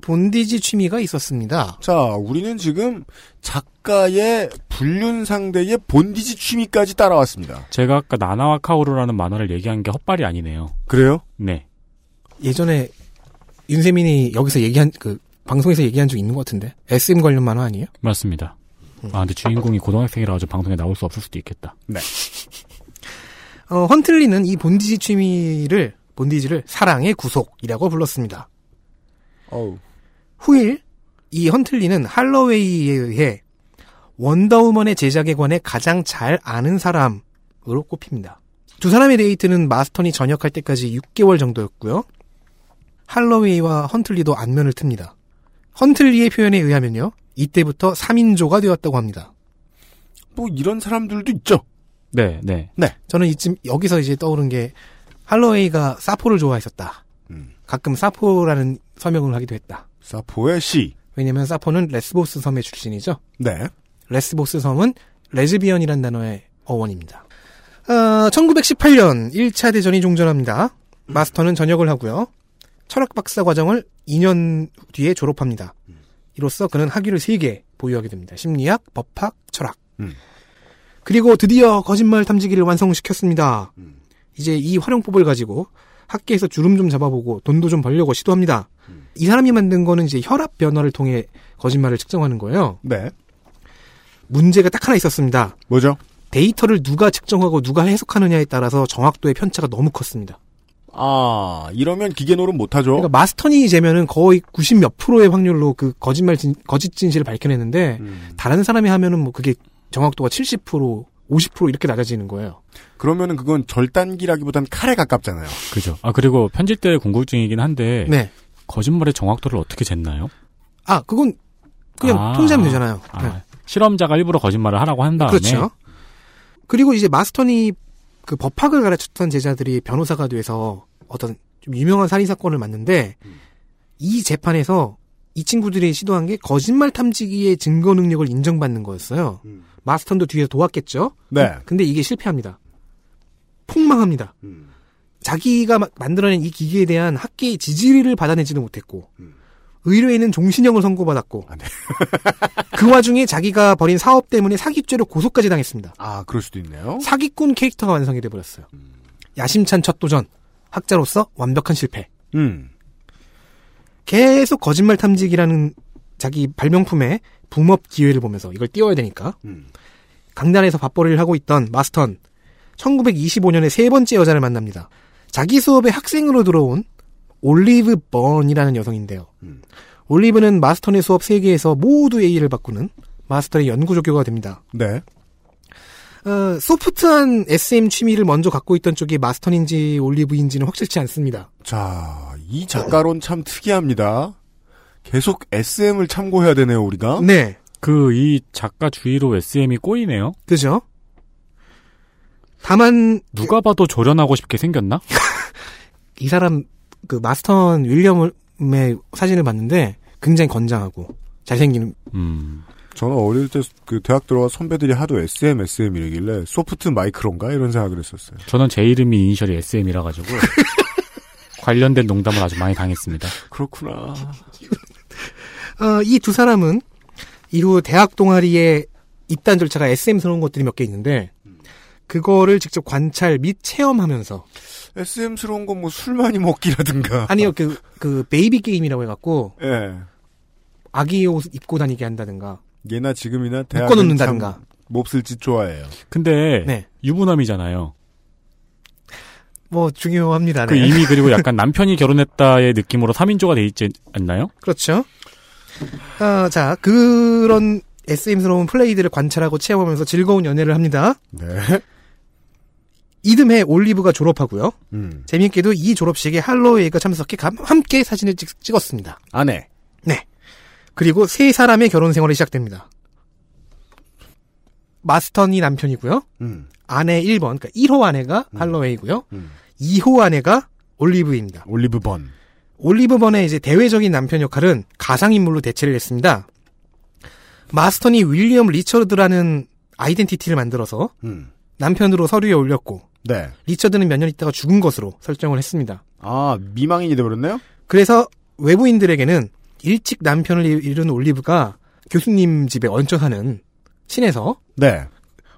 S4: 본디지 취미가 있었습니다.
S2: 자, 우리는 지금 작가의 불륜 상대의 본디지 취미까지 따라왔습니다.
S5: 제가 아까 나나와 카오루라는 만화를 얘기한 게 헛발이 아니네요.
S2: 그래요?
S5: 네.
S4: 예전에 윤세민이 여기서 얘기한 그 방송에서 얘기한 적 있는 것 같은데 SM 관련 만화 아니에요?
S5: 맞습니다. 아, 근데 주인공이 고등학생이라 아주 방송에 나올 수 없을 수도 있겠다.
S4: 어, 헌틀리는 이 본디지 취미를 본디지를 사랑의 구속이라고 불렀습니다.
S2: 어우.
S4: 후일 이 헌틀리는 할로웨이에 의해 원더우먼의 제작에 관해 가장 잘 아는 사람으로 꼽힙니다. 두 사람의 데이트는 마스턴이 전역할 때까지 6개월 정도였고요. 할로웨이와 헌틀리도 안면을 틉니다. 헌틀리의 표현에 의하면요. 이때부터 3인조가 되었다고 합니다.
S2: 뭐 이런 사람들도 있죠.
S5: 네, 네.
S4: 저는 이쯤 여기서 이제 떠오른 게 할로웨이가 사포를 좋아했었다.
S2: 음.
S4: 가끔 사포라는 서명을 하기도 했다.
S2: 사포의 시.
S4: 왜냐면 사포는 레스보스 섬의 출신이죠.
S2: 네.
S4: 레스보스 섬은 레즈비언이란 단어의 어원입니다. 아, 1918년 1차 대전이 종전합니다. 마스터는 전역을 하고요. 철학 박사 과정을 2년 뒤에 졸업합니다. 이로써 그는 학위를 3개 보유하게 됩니다. 심리학, 법학, 철학.
S2: 음.
S4: 그리고 드디어 거짓말 탐지기를 완성시켰습니다.
S2: 음.
S4: 이제 이 활용법을 가지고 학계에서 주름 좀 잡아보고 돈도 좀 벌려고 시도합니다.
S2: 음.
S4: 이 사람이 만든 거는 이제 혈압 변화를 통해 거짓말을 측정하는 거예요.
S2: 네.
S4: 문제가 딱 하나 있었습니다.
S2: 뭐죠?
S4: 데이터를 누가 측정하고 누가 해석하느냐에 따라서 정확도의 편차가 너무 컸습니다.
S2: 아, 이러면 기계 노릇 못하죠.
S4: 그러니까 마스터니 재면은 거의 90 몇 프로의 확률로 그 거짓말 진, 거짓 진실을 밝혀내는데
S2: 음.
S4: 다른 사람이 하면은 뭐 그게 정확도가 70% 50% 이렇게 낮아지는 거예요.
S2: 그러면은 그건 절단기라기보단 칼에 가깝잖아요.
S5: 그죠. 아, 그리고 편집대 궁금증이긴 한데,
S4: 네.
S5: 거짓말의 정확도를 어떻게 쟀나요?
S4: 아 그건 그냥
S5: 아.
S4: 통제하면 되잖아요.
S5: 아,
S4: 네.
S5: 실험자가 일부러 거짓말을 하라고 한 다음에.
S4: 그렇죠. 그리고 이제 마스터니 그 법학을 가르쳤던 제자들이 변호사가 돼서 어떤 좀 유명한 살인 사건을 맞는데 이 재판에서 이 친구들이 시도한 게 거짓말 탐지기의 증거 능력을 인정받는 거였어요. 마스턴도 뒤에서 도왔겠죠.
S2: 네.
S4: 근데 이게 실패합니다. 폭망합니다.
S2: 음.
S4: 자기가 마- 만들어낸 이 기계에 대한 학계의 지지를 받아내지도 못했고 의뢰인은 종신형을 선고받았고
S2: 아, 네.
S4: 그 와중에 자기가 벌인 사업 때문에 사기죄로 고소까지 당했습니다.
S2: 아, 그럴 수도 있네요.
S4: 사기꾼 캐릭터가 완성이 돼버렸어요.
S2: 음.
S4: 야심찬 첫 도전, 학자로서 완벽한 실패.
S2: 음.
S4: 계속 거짓말 탐지기라는 자기 발명품의 붐업 기회를 보면서 이걸 띄워야 되니까
S2: 음.
S4: 강단에서 밥벌이를 하고 있던 마스턴 1925년에 세 번째 여자를 만납니다. 자기 수업에 학생으로 들어온 올리브 번이라는 여성인데요.
S2: 음.
S4: 올리브는 마스턴의 수업 세개에서 모두 A를 바꾸는 마스터의 연구조교가 됩니다.
S2: 네.
S4: 어, 소프트한 SM 취미를 먼저 갖고 있던 쪽이 마스턴인지 올리브인지는 확실치 않습니다.
S2: 자, 이 작가론 참 특이합니다. 계속 SM을 참고해야 되네요, 우리가.
S4: 네,
S5: 그, 이 작가 주의로 SM이 꼬이네요?
S4: 그죠? 다만
S5: 누가 봐도 조련하고 싶게 생겼나?
S4: 이 사람 그 마스턴 윌리엄의 사진을 봤는데 굉장히 건장하고 잘생기는
S5: 음.
S2: 저는 어릴 때 그 대학 들어가 선배들이 하도 SM, SM 이러길래 소프트 마이크론가 이런 생각을 했었어요.
S5: 저는 제 이름이 이니셜이 SM이라가지고. 관련된 농담을 아주 많이 당했습니다.
S2: 그렇구나.
S4: 어, 이 두 사람은 이후 대학 동아리에 입단 절차가 SM스러운 것들이 몇 개 있는데 그거를 직접 관찰 및 체험하면서
S2: SM스러운 건 뭐 술 많이 먹기라든가.
S4: 아니요 그 그 베이비 게임이라고 해갖고
S2: 예.
S4: 아기 옷 입고 다니게 한다든가
S2: 예나 지금이나 대학
S4: 묶어놓는다든가
S2: 몹쓸 짓 좋아해요.
S5: 근데,
S4: 네.
S5: 유부남이잖아요.
S4: 뭐 중요합니다.
S5: 그
S4: 네.
S5: 이미 그리고 약간 남편이 결혼했다의 느낌으로 3인조가 돼 있지 않나요?
S4: 그렇죠. 아, 자 그런 SM스러운 플레이들을 관찰하고 체험하면서 즐거운 연애를 합니다.
S2: 네.
S4: 이듬해 올리브가 졸업하고요.
S2: 음.
S4: 재미있게도 이 졸업식에 할로웨이가 참석해 감- 함께 사진을 찍, 찍었습니다. 네.
S2: 아내. 네.
S4: 그리고 세 사람의 결혼 생활이 시작됩니다. 마스턴이 남편이고요.
S2: 음.
S4: 아내 1번, 그러니까 1호 아내가 할로웨이고요.
S2: 음.
S4: 2호 아내가 올리브입니다.
S2: 올리브 번.
S4: 올리브번의 이제 대외적인 남편 역할은 가상인물로 대체를 했습니다. 마스턴이 윌리엄 리처드라는 아이덴티티를 만들어서
S2: 음.
S4: 남편으로 서류에 올렸고
S2: 네.
S4: 리처드는 몇 년 있다가 죽은 것으로 설정을 했습니다.
S2: 아, 미망인이 돼버렸네요?
S4: 그래서 외부인들에게는 일찍 남편을 잃은 올리브가 교수님 집에 얹혀 사는 신에서
S2: 네.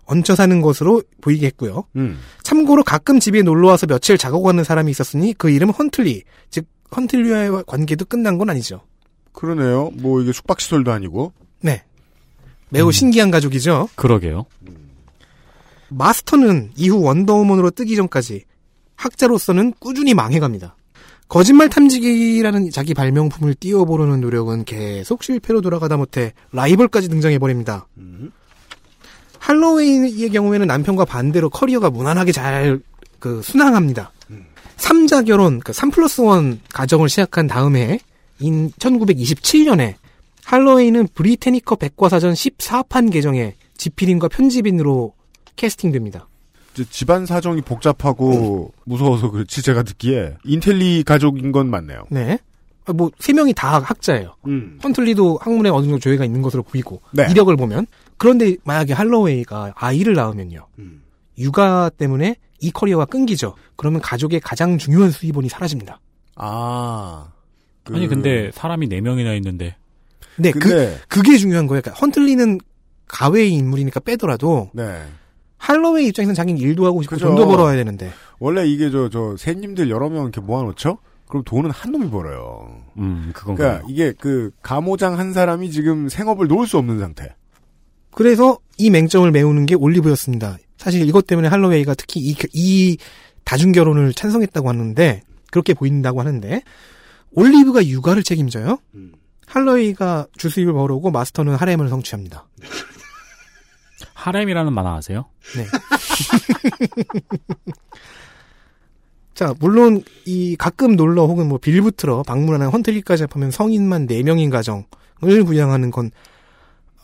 S4: 얹혀 사는 것으로 보이게 했고요.
S2: 음.
S4: 참고로 가끔 집에 놀러 와서 며칠 자고 가는 사람이 있었으니 그 이름은 헌틀리, 즉 헌틀리와의 관계도 끝난 건 아니죠.
S2: 그러네요. 뭐 이게 숙박시설도 아니고.
S4: 네, 매우 신기한 가족이죠.
S5: 그러게요.
S4: 마스터는 이후 원더우먼으로 뜨기 전까지 학자로서는 꾸준히 망해갑니다. 거짓말 탐지기라는 자기 발명품을 띄워보려는 노력은 계속 실패로 돌아가다 못해 라이벌까지 등장해버립니다. 할로웨이의 경우에는 남편과 반대로 커리어가 무난하게 잘, 그, 순항합니다. 삼자 결혼, 그, 3 플러스 1 가정을 시작한 다음에, 인 1927년에 할로웨이는 브리테니커 백과사전 14판 개정에 지필인과 편집인으로 캐스팅됩니다.
S2: 이제 집안 사정이 복잡하고 무서워서 그렇지 제가 듣기에 인텔리 가족인 건 맞네요.
S4: 네. 아, 뭐, 세 명이 다 학자예요.
S2: 음.
S4: 헌틀리도 학문에 어느 정도 조예가 있는 것으로 보이고,
S2: 네. 음.
S4: 이력을 보면. 그런데 만약에 할로웨이가 아이를 낳으면요. 육아 때문에 이 커리어가 끊기죠. 그러면 가족의 가장 중요한 수입원이 사라집니다.
S2: 아. 그-
S5: 아니 근데 사람이 4명이나 있는데
S4: 네, 그,
S2: 근데
S4: 그게 중요한 거예요. 그러니까 헌틀리는 가외의 인물이니까 빼더라도
S2: 네.
S4: 할로웨이 입장에서는 자기는 일도 하고 싶고
S2: 그죠.
S4: 돈도 벌어야 되는데
S2: 원래 이게 저 저 새님들 여러 명 이렇게 모아놓죠? 그럼 돈은 한 놈이 벌어요.
S5: 음 그건
S2: 그러니까
S5: 그래요.
S2: 이게 그 감호장 한 사람이 지금 생업을 놓을 수 없는 상태.
S4: 그래서 이 맹점을 메우는 게 올리브였습니다. 사실 이것 때문에 할로웨이가 특히 이, 이 다중 결혼을 찬성했다고 하는데 그렇게 보인다고 하는데 올리브가 육아를 책임져요. 할로웨이가 주수입을 벌어오고 마스터는 하렘을 성취합니다.
S5: 하렘이라는 만화 아세요?
S4: 네. 자, 물론 이 가끔 놀러 혹은 뭐 빌부트러 박물하는 헌트리까지 합하면 성인만 4명인 가정을 부양하는 건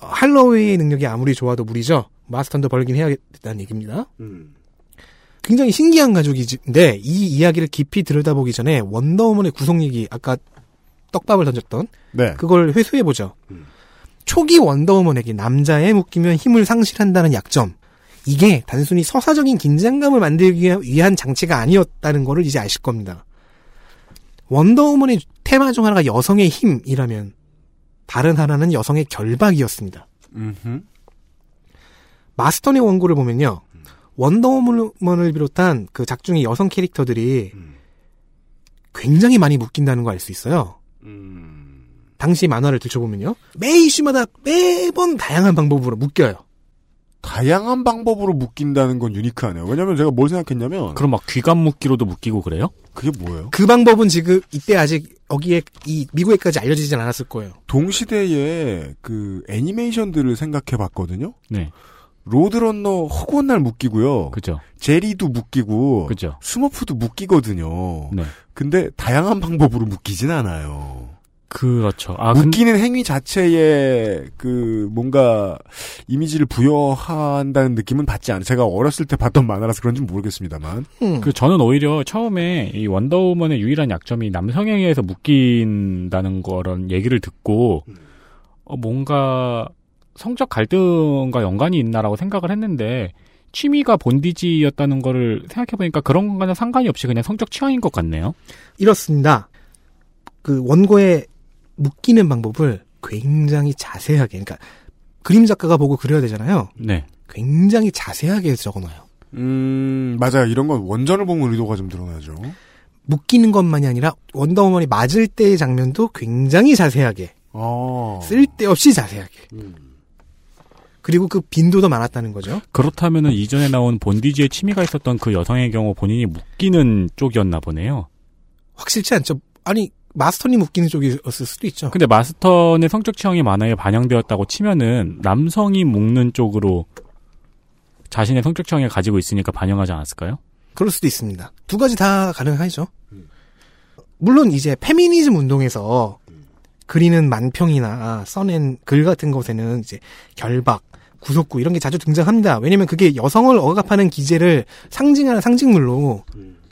S4: 어, 할로웨이의 능력이 아무리 좋아도 무리죠. 마스턴도 벌긴 해야겠다는 얘기입니다. 굉장히 신기한 가족이지인데 이 이야기를 깊이 들여다보기 전에 원더우먼의 구성 얘기 아까 떡밥을 던졌던
S2: 네.
S4: 그걸 회수해 보죠.
S2: 음.
S4: 초기 원더우먼에게 남자에 묶이면 힘을 상실한다는 약점. 이게 단순히 서사적인 긴장감을 만들기 위한 장치가 아니었다는 거를 이제 아실 겁니다. 원더우먼의 테마 중 하나가 여성의 힘이라면 다른 하나는 여성의 결박이었습니다.
S2: 음흠.
S4: 마스턴의 원고를 보면요. 원더우먼을 비롯한 그 작중의 여성 캐릭터들이
S2: 음.
S4: 굉장히 많이 묶인다는 거 알 수 있어요. 당시 만화를 들춰보면요. 매 이슈마다 매번 다양한 방법으로 묶여요.
S2: 다양한 방법으로 묶인다는 건 유니크하네요. 왜냐면 제가 뭘 생각했냐면
S5: 그럼 막 귀감 묶기로도 묶이고 그래요?
S2: 그게 뭐예요?
S4: 그 방법은 지금 이때 아직 여기에 이 미국에까지 알려지진 않았을 거예요.
S2: 동시대에 그 애니메이션들을 생각해 봤거든요.
S5: 네.
S2: 로드런너 허구날 묶이고요.
S5: 그죠.
S2: 제리도 묶이고
S5: 그죠.
S2: 스머프도 묶이거든요.
S5: 네.
S2: 근데 다양한 방법으로 묶이진 않아요.
S5: 그렇죠. 아, 근-
S2: 묶이는 행위 자체에 그 뭔가 이미지를 부여한다는 느낌은 받지 않아요. 제가 어렸을 때 봤던 만화라서 그런지 모르겠습니다만.
S5: 그 저는 오히려 처음에 이 원더우먼의 유일한 약점이 남성에 의해서 묶인다는 거란 얘기를 듣고 어, 뭔가 성적 갈등과 연관이 있나라고 생각을 했는데 취미가 본디지였다는 거를 생각해 보니까 그런 건과는 상관이 없이 그냥 성적 취향인 것 같네요.
S4: 이렇습니다. 그 원고에 묶이는 방법을 굉장히 자세하게, 그러니까 그림 작가가 보고 그려야 되잖아요.
S5: 네.
S4: 굉장히 자세하게 적어놔요.
S2: 음, 맞아요. 이런 건 원전을 보면 의도가 좀 드러나죠.
S4: 묶이는 것만이 아니라 원더우먼이 맞을 때의 장면도 굉장히 자세하게,
S2: 아.
S4: 쓸데없이 자세하게. 그리고 그 빈도도 많았다는 거죠.
S5: 그렇다면은 이전에 나온 본디지의 취미가 있었던 그 여성의 경우 본인이 묶이는 쪽이었나 보네요.
S4: 확실치 않죠. 아니, 마스터님 묶이는 쪽이었을 수도 있죠.
S5: 근데 마스턴의 성적 취향이 만화에 반영되었다고 치면은 남성이 묶는 쪽으로 자신의 성적 취향을 가지고 있으니까 반영하지 않았을까요?
S4: 그럴 수도 있습니다. 두 가지 다 가능하죠. 물론 이제 페미니즘 운동에서 그리는 만평이나 써낸 글 같은 것에는 이제 결박, 구속구 이런 게 자주 등장합니다. 왜냐면 그게 여성을 억압하는 기제를 상징하는 상징물로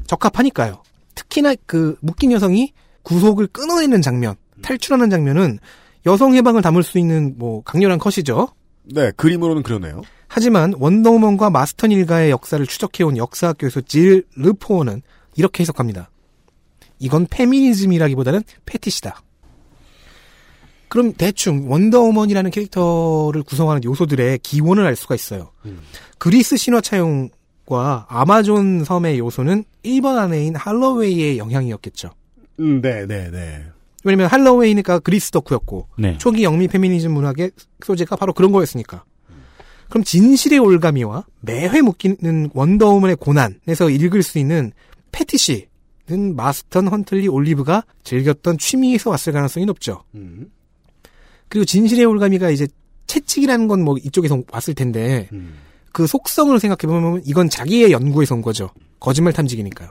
S4: 적합하니까요. 특히나 그 묶인 여성이 구속을 끊어내는 장면, 탈출하는 장면은 여성 해방을 담을 수 있는 뭐 강렬한 컷이죠.
S2: 네, 그림으로는 그러네요.
S4: 하지만 원더우먼과 마스턴 일가의 역사를 추적해온 역사학교에서 질 르포어는 이렇게 해석합니다. 이건 페미니즘이라기보다는 패티시다. 그럼 대충 원더우먼이라는 캐릭터를 구성하는 요소들의 기원을 알 수가 있어요. 그리스 신화 차용과 아마존 섬의 요소는 일본 안에인 할로웨이의 영향이었겠죠.
S2: 음, 네, 네, 네.
S4: 왜냐면 할로웨이니까 그리스 덕후였고
S5: 네.
S4: 초기 영미 페미니즘 문학의 소재가 바로 그런 거였으니까. 그럼 진실의 올가미와 매회 묶이는 원더우먼의 고난에서 읽을 수 있는 패티시는 마스턴 헌틀리 올리브가 즐겼던 취미에서 왔을 가능성이 높죠.
S2: 음.
S4: 그리고 진실의 올가미가 이제 채찍이라는 건 뭐 이쪽에서 왔을 텐데 그 속성을 생각해보면 이건 자기의 연구에서 온 거죠. 거짓말 탐지기니까요.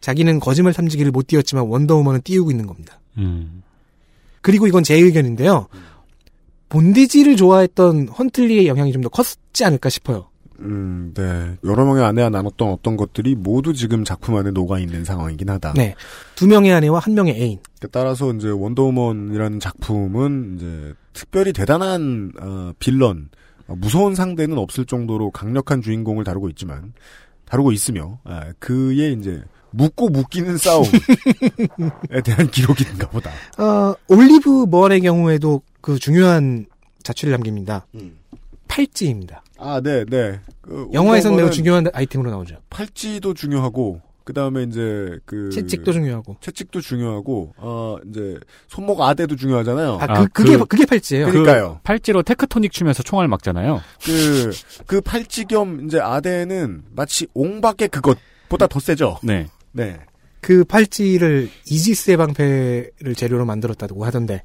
S4: 자기는 거짓말 탐지기를 못 띄웠지만 원더우먼은 띄우고 있는 겁니다.
S5: 음.
S4: 그리고 이건 제 의견인데요. 본디지를 좋아했던 헌틀리의 영향이 좀 더 컸지 않을까 싶어요.
S2: 음, 네. 여러 명의 아내와 나눴던 어떤 것들이 모두 지금 작품 안에 녹아 있는 상황이긴 하다.
S4: 네. 두 명의 아내와 한 명의 애인.
S2: 따라서 이제 원더우먼이라는 작품은 이제 특별히 대단한 어, 빌런, 어, 어, 무서운 상대는 없을 정도로 강력한 주인공을 다루고 있지만 다루고 있으며 아, 그의 이제 묻고 묶이는 싸움에 대한 기록인가 보다.
S4: 어, 올리브 머의 경우에도 그 중요한 자취를 남깁니다.
S2: 음.
S4: 팔찌입니다.
S2: 아, 네, 네. 그
S4: 영화에선 매우
S2: 운동화는
S4: 중요한 아이템으로 나오죠.
S2: 팔찌도 중요하고 그 다음에 이제 그
S4: 채찍도 중요하고.
S2: 채찍도 중요하고 어 이제 손목 아대도 중요하잖아요.
S4: 아,
S5: 아,
S4: 그, 그게,
S5: 그-
S4: 그게 팔찌예요.
S2: 그러니까요.
S5: 팔찌로 테크토닉 추면서 총알 막잖아요.
S2: 그, 그 팔찌 겸 이제 아대는 마치 옹박의 그것보다 더 세죠.
S5: 네.
S2: 네.
S4: 그 팔찌를 이지스의 방패를 재료로 만들었다고 하던데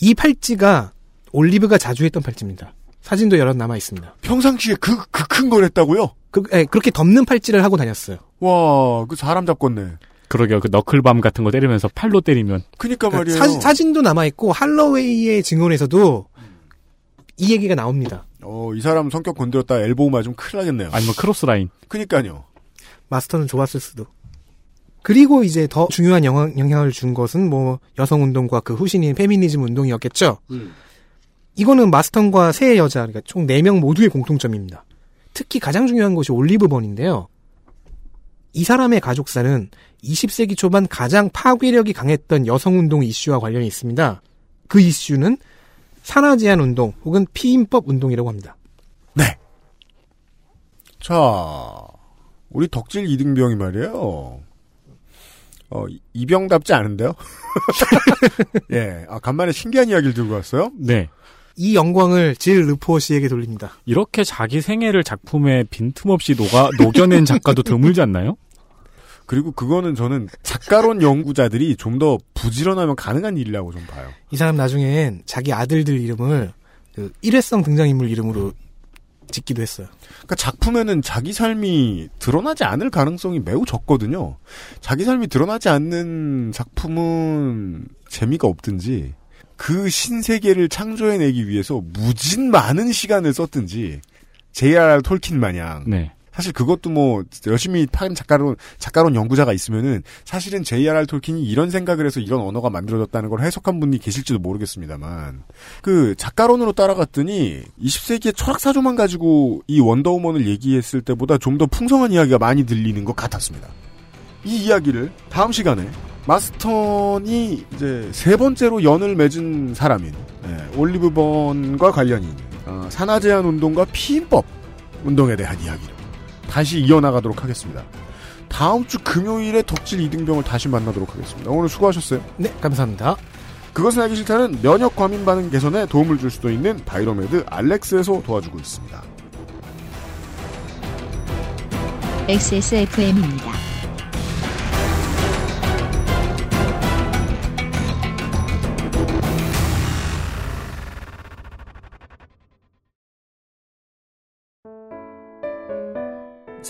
S4: 이 팔찌가 올리브가 자주 했던 팔찌입니다. 사진도 여러 남아 있습니다.
S2: 평상시에 그, 그 큰 걸 했다고요?
S4: 그, 렇게 덮는 팔찌를 하고 다녔어요.
S2: 와, 그 사람 잡겠네.
S5: 그러게요. 그 너클밤 같은 거 때리면서 팔로 때리면
S2: 그니까
S4: 그러니까
S2: 말이에요.
S4: 사, 진도 남아 있고 할로웨이의 증언에서도 이 얘기가 나옵니다.
S2: 어, 이 사람 성격 건드렸다 엘보우 맞으면 큰일 나겠네요.
S5: 아니면 크로스 라인.
S2: 그니까요.
S4: 마스터는 좋았을 수도. 그리고 이제 더 중요한 영향, 영향을 준 것은 뭐 여성 운동과 그 후신인 페미니즘 운동이었겠죠. 이거는 마스턴과 세 여자, 그러니까 총 네 명 모두의 공통점입니다. 특히 가장 중요한 것이 올리브 번인데요. 이 사람의 가족사는 20세기 초반 가장 파괴력이 강했던 여성 운동 이슈와 관련이 있습니다. 그 이슈는 산화 제한 운동 혹은 피임법 운동이라고 합니다.
S2: 자, 우리 덕질 이등병이 말이에요. 어, 이- 이병답지 않은데요? 예, 아, 간만에 신기한 이야기를 들고 왔어요?
S5: 네.
S4: 이 영광을 질 르포 씨에게 돌립니다.
S5: 이렇게 자기 생애를 작품에 빈틈없이 녹아, 녹여낸 작가도 드물지 않나요?
S2: 그리고 그거는 저는 작가론 연구자들이 좀 더 부지런하면 가능한 일이라고 좀 봐요.
S4: 이 사람 나중엔 자기 아들들 이름을 그 일회성 등장인물 이름으로 짓기도 했어요.
S2: 그러니까 작품에는 자기 삶이 드러나지 않을 가능성이 매우 적거든요. 자기 삶이 드러나지 않는 작품은 재미가 없든지 그 신세계를 창조해내기 위해서 무진 많은 시간을 썼든지 J.R.R. 톨킨 마냥
S5: 네.
S2: 사실 그것도 뭐 열심히 파임 작가론 작가론 연구자가 있으면은 사실은 J.R.R. 톨킨이 이런 생각을 해서 이런 언어가 만들어졌다는 걸 해석한 분이 계실지도 모르겠습니다만 그 작가론으로 따라갔더니 20세기의 철학 사조만 가지고 이 원더우먼을 얘기했을 때보다 좀 더 풍성한 이야기가 많이 들리는 것 같았습니다. 이 이야기를 다음 시간에 마스턴이 이제 세 번째로 연을 맺은 사람인 예, 올리브 번과 관련이 있는 어, 산화 제한 운동과 피임법 운동에 대한 이야기를 다시 이어나가도록 하겠습니다. 다음 주 금요일에 덕질 이등병을 다시 만나도록 하겠습니다. 오늘 수고하셨어요.
S4: 네, 감사합니다.
S2: 그것은 알기 싫다는 면역 과민 반응 개선에 도움을 줄 수도 있는 바이로메드 알렉스에서 도와주고 있습니다.
S1: XSFM입니다.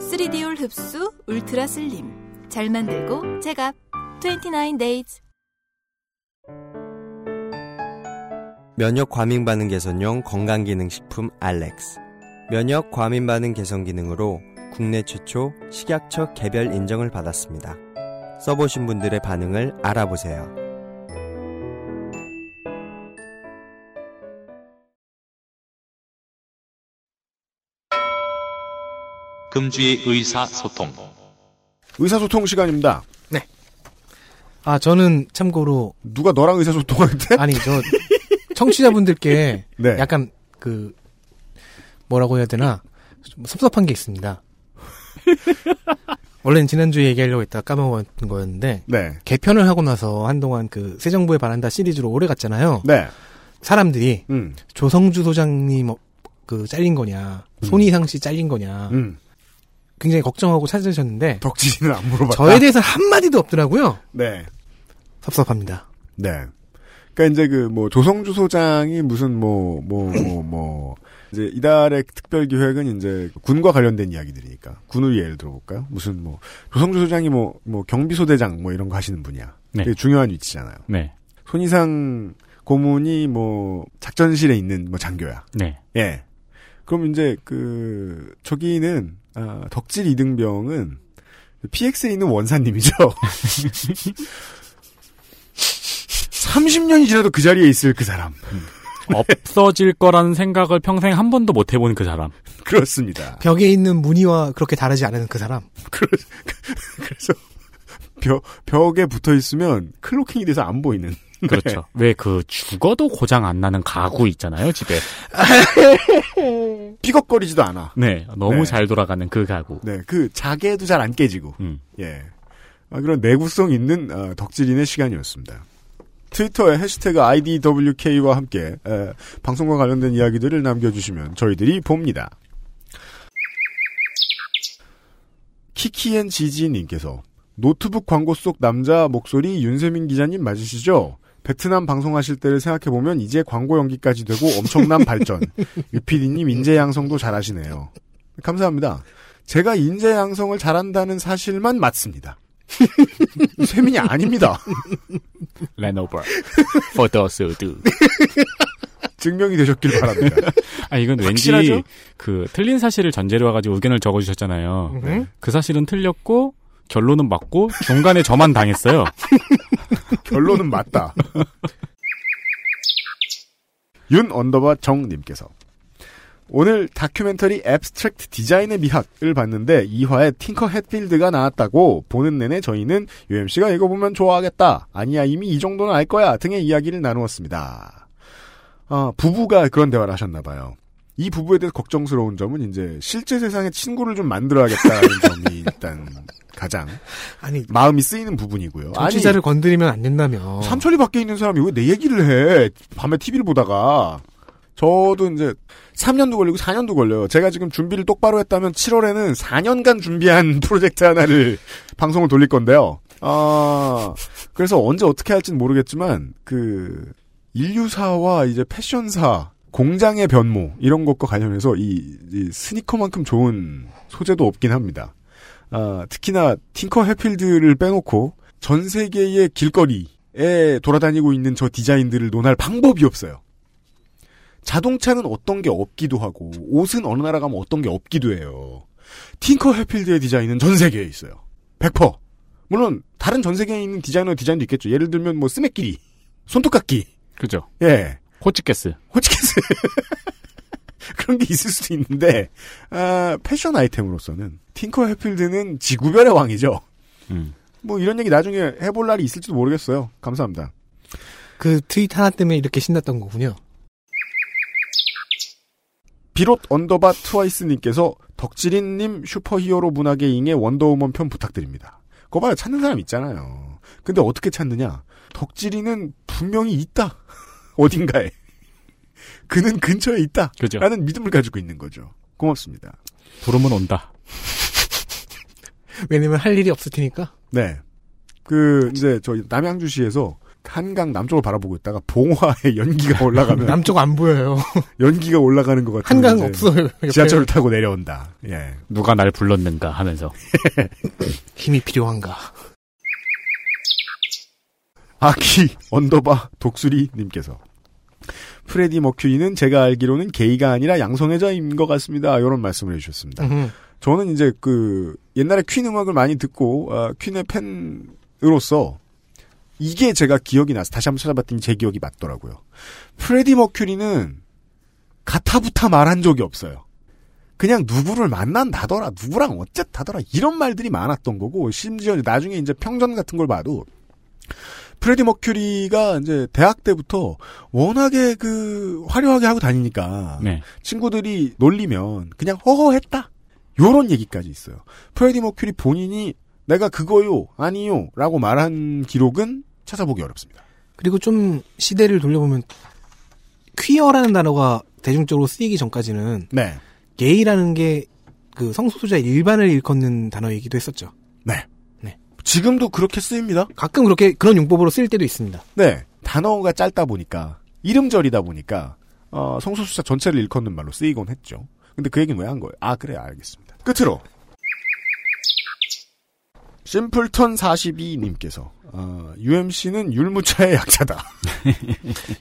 S7: 쓰리디올 흡수 울트라 슬림 잘 만들고 제값 29 days
S10: 면역 과민 반응 개선용 건강 기능 식품 알렉스. 면역 과민 반응 개선 기능으로 국내 최초 식약처 개별 인정을 받았습니다. 써보신 분들의 반응을 알아보세요.
S3: 금주의 의사소통.
S2: 의사소통 시간입니다.
S4: 아, 저는 참고로
S2: 누가 너랑 의사소통하는데?
S4: 아니 저 청취자분들께
S2: 네.
S4: 약간 그 뭐라고 해야 되나 좀 섭섭한 게 있습니다. 원래는 지난주에 얘기하려고 했다 가 까먹은 거였는데
S2: 네.
S4: 개편을 하고 나서 한동안 그 새 정부의 바란다 시리즈로 오래 갔잖아요.
S2: 네.
S4: 사람들이
S2: 음.
S4: 조성주 소장님 어, 그 잘린 거냐 손희상 씨 잘린 거냐
S2: 음.
S4: 굉장히 걱정하고 찾으셨는데 아,
S2: 덕질이는 안 물어봤다.
S4: 저에 대해서 한 마디도 없더라고요.
S2: 네.
S4: 섭섭합니다.
S2: 네. 그러니까 이제 그 뭐 조성주 소장이 무슨 뭐 뭐 뭐 뭐 이제 이달의 특별 기획은 이제 군과 관련된 이야기들이니까 군을 예를 들어볼까요? 무슨 뭐 조성주 소장이 뭐 뭐 경비소대장 뭐 이런 거 하시는 분이야.
S5: 네.
S2: 되게 중요한 위치잖아요.
S5: 네.
S2: 손이상 고문이 뭐 작전실에 있는 뭐 장교야.
S5: 네.
S2: 예. 그럼 이제 그 저기는 아, 덕질 이등병은 PX에 있는 원사님이죠. 30년이 지나도 그 자리에 있을 그 사람.
S5: 없어질 거라는 생각을 평생 한 번도 못 해본 그 사람.
S2: 그렇습니다.
S4: 벽에 있는 무늬와 그렇게 다르지 않은 그 사람.
S2: 그래서 벽, 벽에 붙어 있으면 클로킹이 돼서 안 보이는.
S5: 그렇죠. 왜 그 죽어도 고장 안 나는 가구 있잖아요, 집에.
S2: 삐걱거리지도 않아.
S5: 네. 너무
S2: 네.
S5: 잘 돌아가는 그 가구.
S2: 네, 그 자개도 잘 안 깨지고.
S5: 음.
S2: 예. 아, 그런 내구성 있는 아, 덕질인의 시간이었습니다. 트위터에 해시태그 IDWK와 함께 에, 방송과 관련된 이야기들을 남겨주시면 저희들이 봅니다. 키키앤지지님께서 노트북 광고 속 남자 목소리 윤세민 기자님 맞으시죠? 베트남 방송하실 때를 생각해보면 이제 광고 연기까지 되고 엄청난 발전. 유피디님 인재 양성도 잘하시네요. 감사합니다. 제가 인재 양성을 잘한다는 사실만 맞습니다. 세민이 아닙니다.
S5: 레노버. 포더스드.
S2: 증명이 되셨길 바랍니다.
S5: 아, 이건 왠지
S2: 확실하죠?
S5: 그 틀린 사실을 전제로 해가지고 의견을 적어주셨잖아요.
S4: 음.
S5: 그 사실은 틀렸고, 결론은 맞고, 중간에 저만 당했어요.
S2: 결론은 맞다. 윤 언더바 정님께서 오늘 다큐멘터리 앱스트랙트 디자인의 미학을 봤는데 2화에 팅커 햇필드가 나왔다고 보는 내내 저희는 UMC가 이거 보면 좋아하겠다. 아니야 이미 이 정도는 알 거야 등의 이야기를 나누었습니다. 아, 부부가 그런 대화를 하셨나 봐요. 이 부부에 대해서 걱정스러운 점은 이제 실제 세상에 친구를 좀 만들어야겠다는 점이 일단 가장
S4: 아니
S2: 마음이 쓰이는 부분이고요. 아니,
S4: 정치자를 건드리면 안 된다며.
S2: 삼천리 밖에 있는 사람이 왜 내 얘기를 해? 밤에 TV를 보다가. 저도 이제 3년도 걸리고 4년도 걸려요. 제가 지금 준비를 똑바로 했다면 7월에는 4년간 준비한 프로젝트 하나를 방송을 돌릴 건데요. 아, 그래서 언제 어떻게 할지는 모르겠지만, 그, 인류사와 이제 패션사, 공장의 변모, 이런 것과 관련해서 이, 이 스니커만큼 좋은 소재도 없긴 합니다. 아, 특히나 팅커 해필드를 빼놓고 전 세계의 길거리에 돌아다니고 있는 저 디자인들을 논할 방법이 없어요. 자동차는 어떤 게 없기도 하고 옷은 어느 나라 가면 어떤 게 없기도 해요. 팅커 해필드의 디자인은 전 세계에 있어요. 100%. 물론 다른 전 세계에 있는 디자이너 디자인도 있겠죠. 예를 들면 뭐 스매끼리, 손톱깎이,
S5: 그죠.
S2: 예,
S5: 호치케스.
S2: 호치키스 그런 게 있을 수도 있는데 아, 패션 아이템으로서는 팅커 해필드는 지구별의 왕이죠.
S5: 음.
S2: 뭐 이런 얘기 나중에 해볼 날이 있을지도 모르겠어요. 감사합니다.
S4: 그 트윗 하나 때문에 이렇게 신났던 거군요.
S2: 비롯 언더바 트와이스님께서 덕질인님 슈퍼히어로 문학의 잉의 원더우먼 편 부탁드립니다. 그거 봐요. 찾는 사람 있잖아요. 근데 어떻게 찾느냐? 덕질인은 분명히 있다. 어딘가에. 그는 근처에 있다.
S5: 그죠.
S2: 라는 믿음을 가지고 있는 거죠. 고맙습니다.
S5: 아. 부르면 온다.
S4: 왜냐면 할 일이 없을 테니까.
S2: 네. 그 이제 저 남양주시에서 한강 남쪽을 바라보고 있다가 봉화에 연기가 올라가면
S4: 남쪽 안 보여요.
S2: 연기가 올라가는 것 같은
S4: 한강 없어요. 옆에.
S2: 지하철을 타고 내려온다. 예.
S5: 누가 날 불렀는가 하면서.
S4: 힘이 필요한가.
S2: 아키 언더바 독수리님께서 프레디 머큐리는 제가 알기로는 게이가 아니라 양성애자인 것 같습니다. 이런 말씀을 해주셨습니다.
S4: 음.
S2: 저는 이제 그 옛날에 퀸 음악을 많이 듣고 아, 퀸의 팬으로서 이게 제가 기억이 나서 다시 한번 찾아봤더니 제 기억이 맞더라고요. 프레디 머큐리는 가타부타 말한 적이 없어요. 그냥 누구를 만난다더라, 누구랑 어쨌다더라 이런 말들이 많았던 거고 심지어 이제 나중에 이제 평전 같은 걸 봐도 프레디 머큐리가 이제 대학 때부터 워낙에 그 화려하게 하고 다니니까
S5: 네.
S2: 친구들이 놀리면 그냥 허허했다. 요런 얘기까지 있어요. 프레디 머큐리 본인이 내가 그거요, 아니요 라고 말한 기록은 찾아보기 어렵습니다.
S4: 그리고 좀 시대를 돌려보면 퀴어라는 단어가 대중적으로 쓰이기 전까지는
S2: 네.
S4: 게이라는 게 그 성소수자 일반을 일컫는 단어이기도 했었죠.
S2: 네. 지금도 그렇게 쓰입니다.
S4: 가끔 그렇게 그런 용법으로 쓰일 때도 있습니다.
S2: 네. 단어가 짧다 보니까 이름절이다 보니까 어, 성수 수사 전체를 일컫는 말로 쓰이곤 했죠. 근데 그 얘기는 왜 한 거예요? 아 그래 알겠습니다. 끝으로 심플턴 42님께서 UMC는 율무차의 약자다.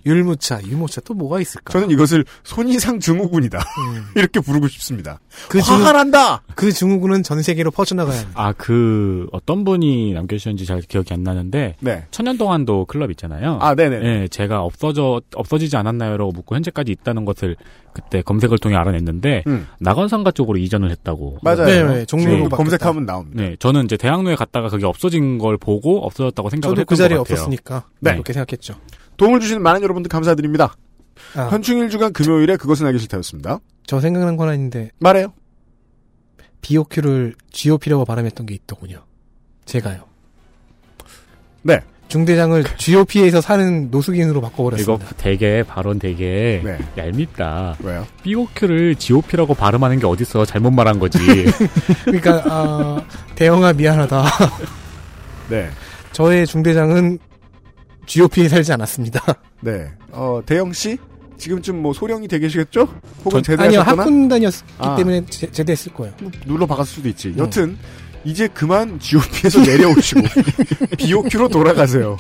S4: 율무차, 유모차 또 뭐가 있을까?
S2: 네. 저는 이것을 손이상 증후군이다
S4: 그러니까. 음.
S2: 이렇게 부르고 싶습니다.
S4: 그 증후,
S2: 화가 난다.
S4: 그 증후군은 전 세계로 퍼져나가야 합니다.
S5: 아, 그, 어떤 분이 남겨주셨는지 잘 기억이 안 나는데,
S2: 네.
S5: 천년 동안도 클럽 있잖아요.
S2: 아 네네.
S5: 예, 제가 없어져, 없어지지 않았나요라고 묻고 현재까지 있다는 것을 그때 검색을 통해 알아냈는데,
S2: 음.
S5: 낙원상가 쪽으로 이전을 했다고.
S2: 맞아요.
S4: 네, 네, 종로로
S2: 지금
S4: 바뀌었다.
S2: 검색하면 나옵니다.
S5: 네, 저는 이제 대학로에 갔다가 그게 없어진 걸 보고 없어졌다고 생각을
S4: 저도
S5: 했던
S4: 그 자리에
S5: 것 같아요.
S4: 없었으니까
S5: 네.
S4: 그렇게 생각했죠.
S2: 도움을 주시는 많은 여러분들 감사드립니다.
S4: 아,
S2: 현충일 주간 금요일에 그것은 알기 싫다였습니다.
S4: 저 생각난 건 아닌데
S2: 말해요.
S4: BOQ를 GOP라고 발음했던 게 있더군요. 제가요.
S2: 네.
S4: 중대장을 GOP에서 사는 노숙인으로
S5: 이거
S4: 바꿔버렸습니다.
S5: 되게 발언 되게
S2: 네.
S5: 얄밉다.
S2: 왜요?
S5: BOQ를 GOP라고 발음하는 게 어딨어? 잘못 말한 거지.
S4: 그러니까 아, 대영아 미안하다.
S2: 네.
S4: 저의 중대장은 GOP에 살지 않았습니다.
S2: 네. 어, 대영 씨? 지금쯤 뭐 소령이 되게 계시겠죠? 혹은
S5: 전-
S4: 아니요
S2: 제대하셨거나?
S4: 학군 다녔기
S2: 아.
S4: 때문에 제, 제대했을 거예요.
S2: 뭐 눌러 박았을 수도 있지. 여튼 이제 그만 GOP에서 내려오시고 BOQ로 돌아가세요.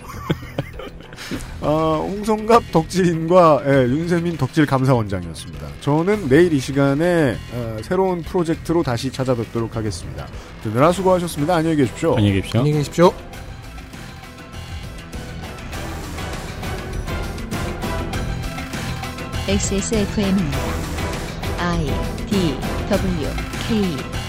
S2: 어, 홍성갑 덕질인과 예, 윤세민 덕질 감사원장이었습니다. 저는 내일 이 시간에 어, 새로운 프로젝트로 다시 찾아뵙도록 하겠습니다. 드느라 수고하셨습니다. 안녕히 계십시오.
S5: 안녕히 계십시오.
S4: 안녕히 계십시오.
S1: XSFM입니다. I D W K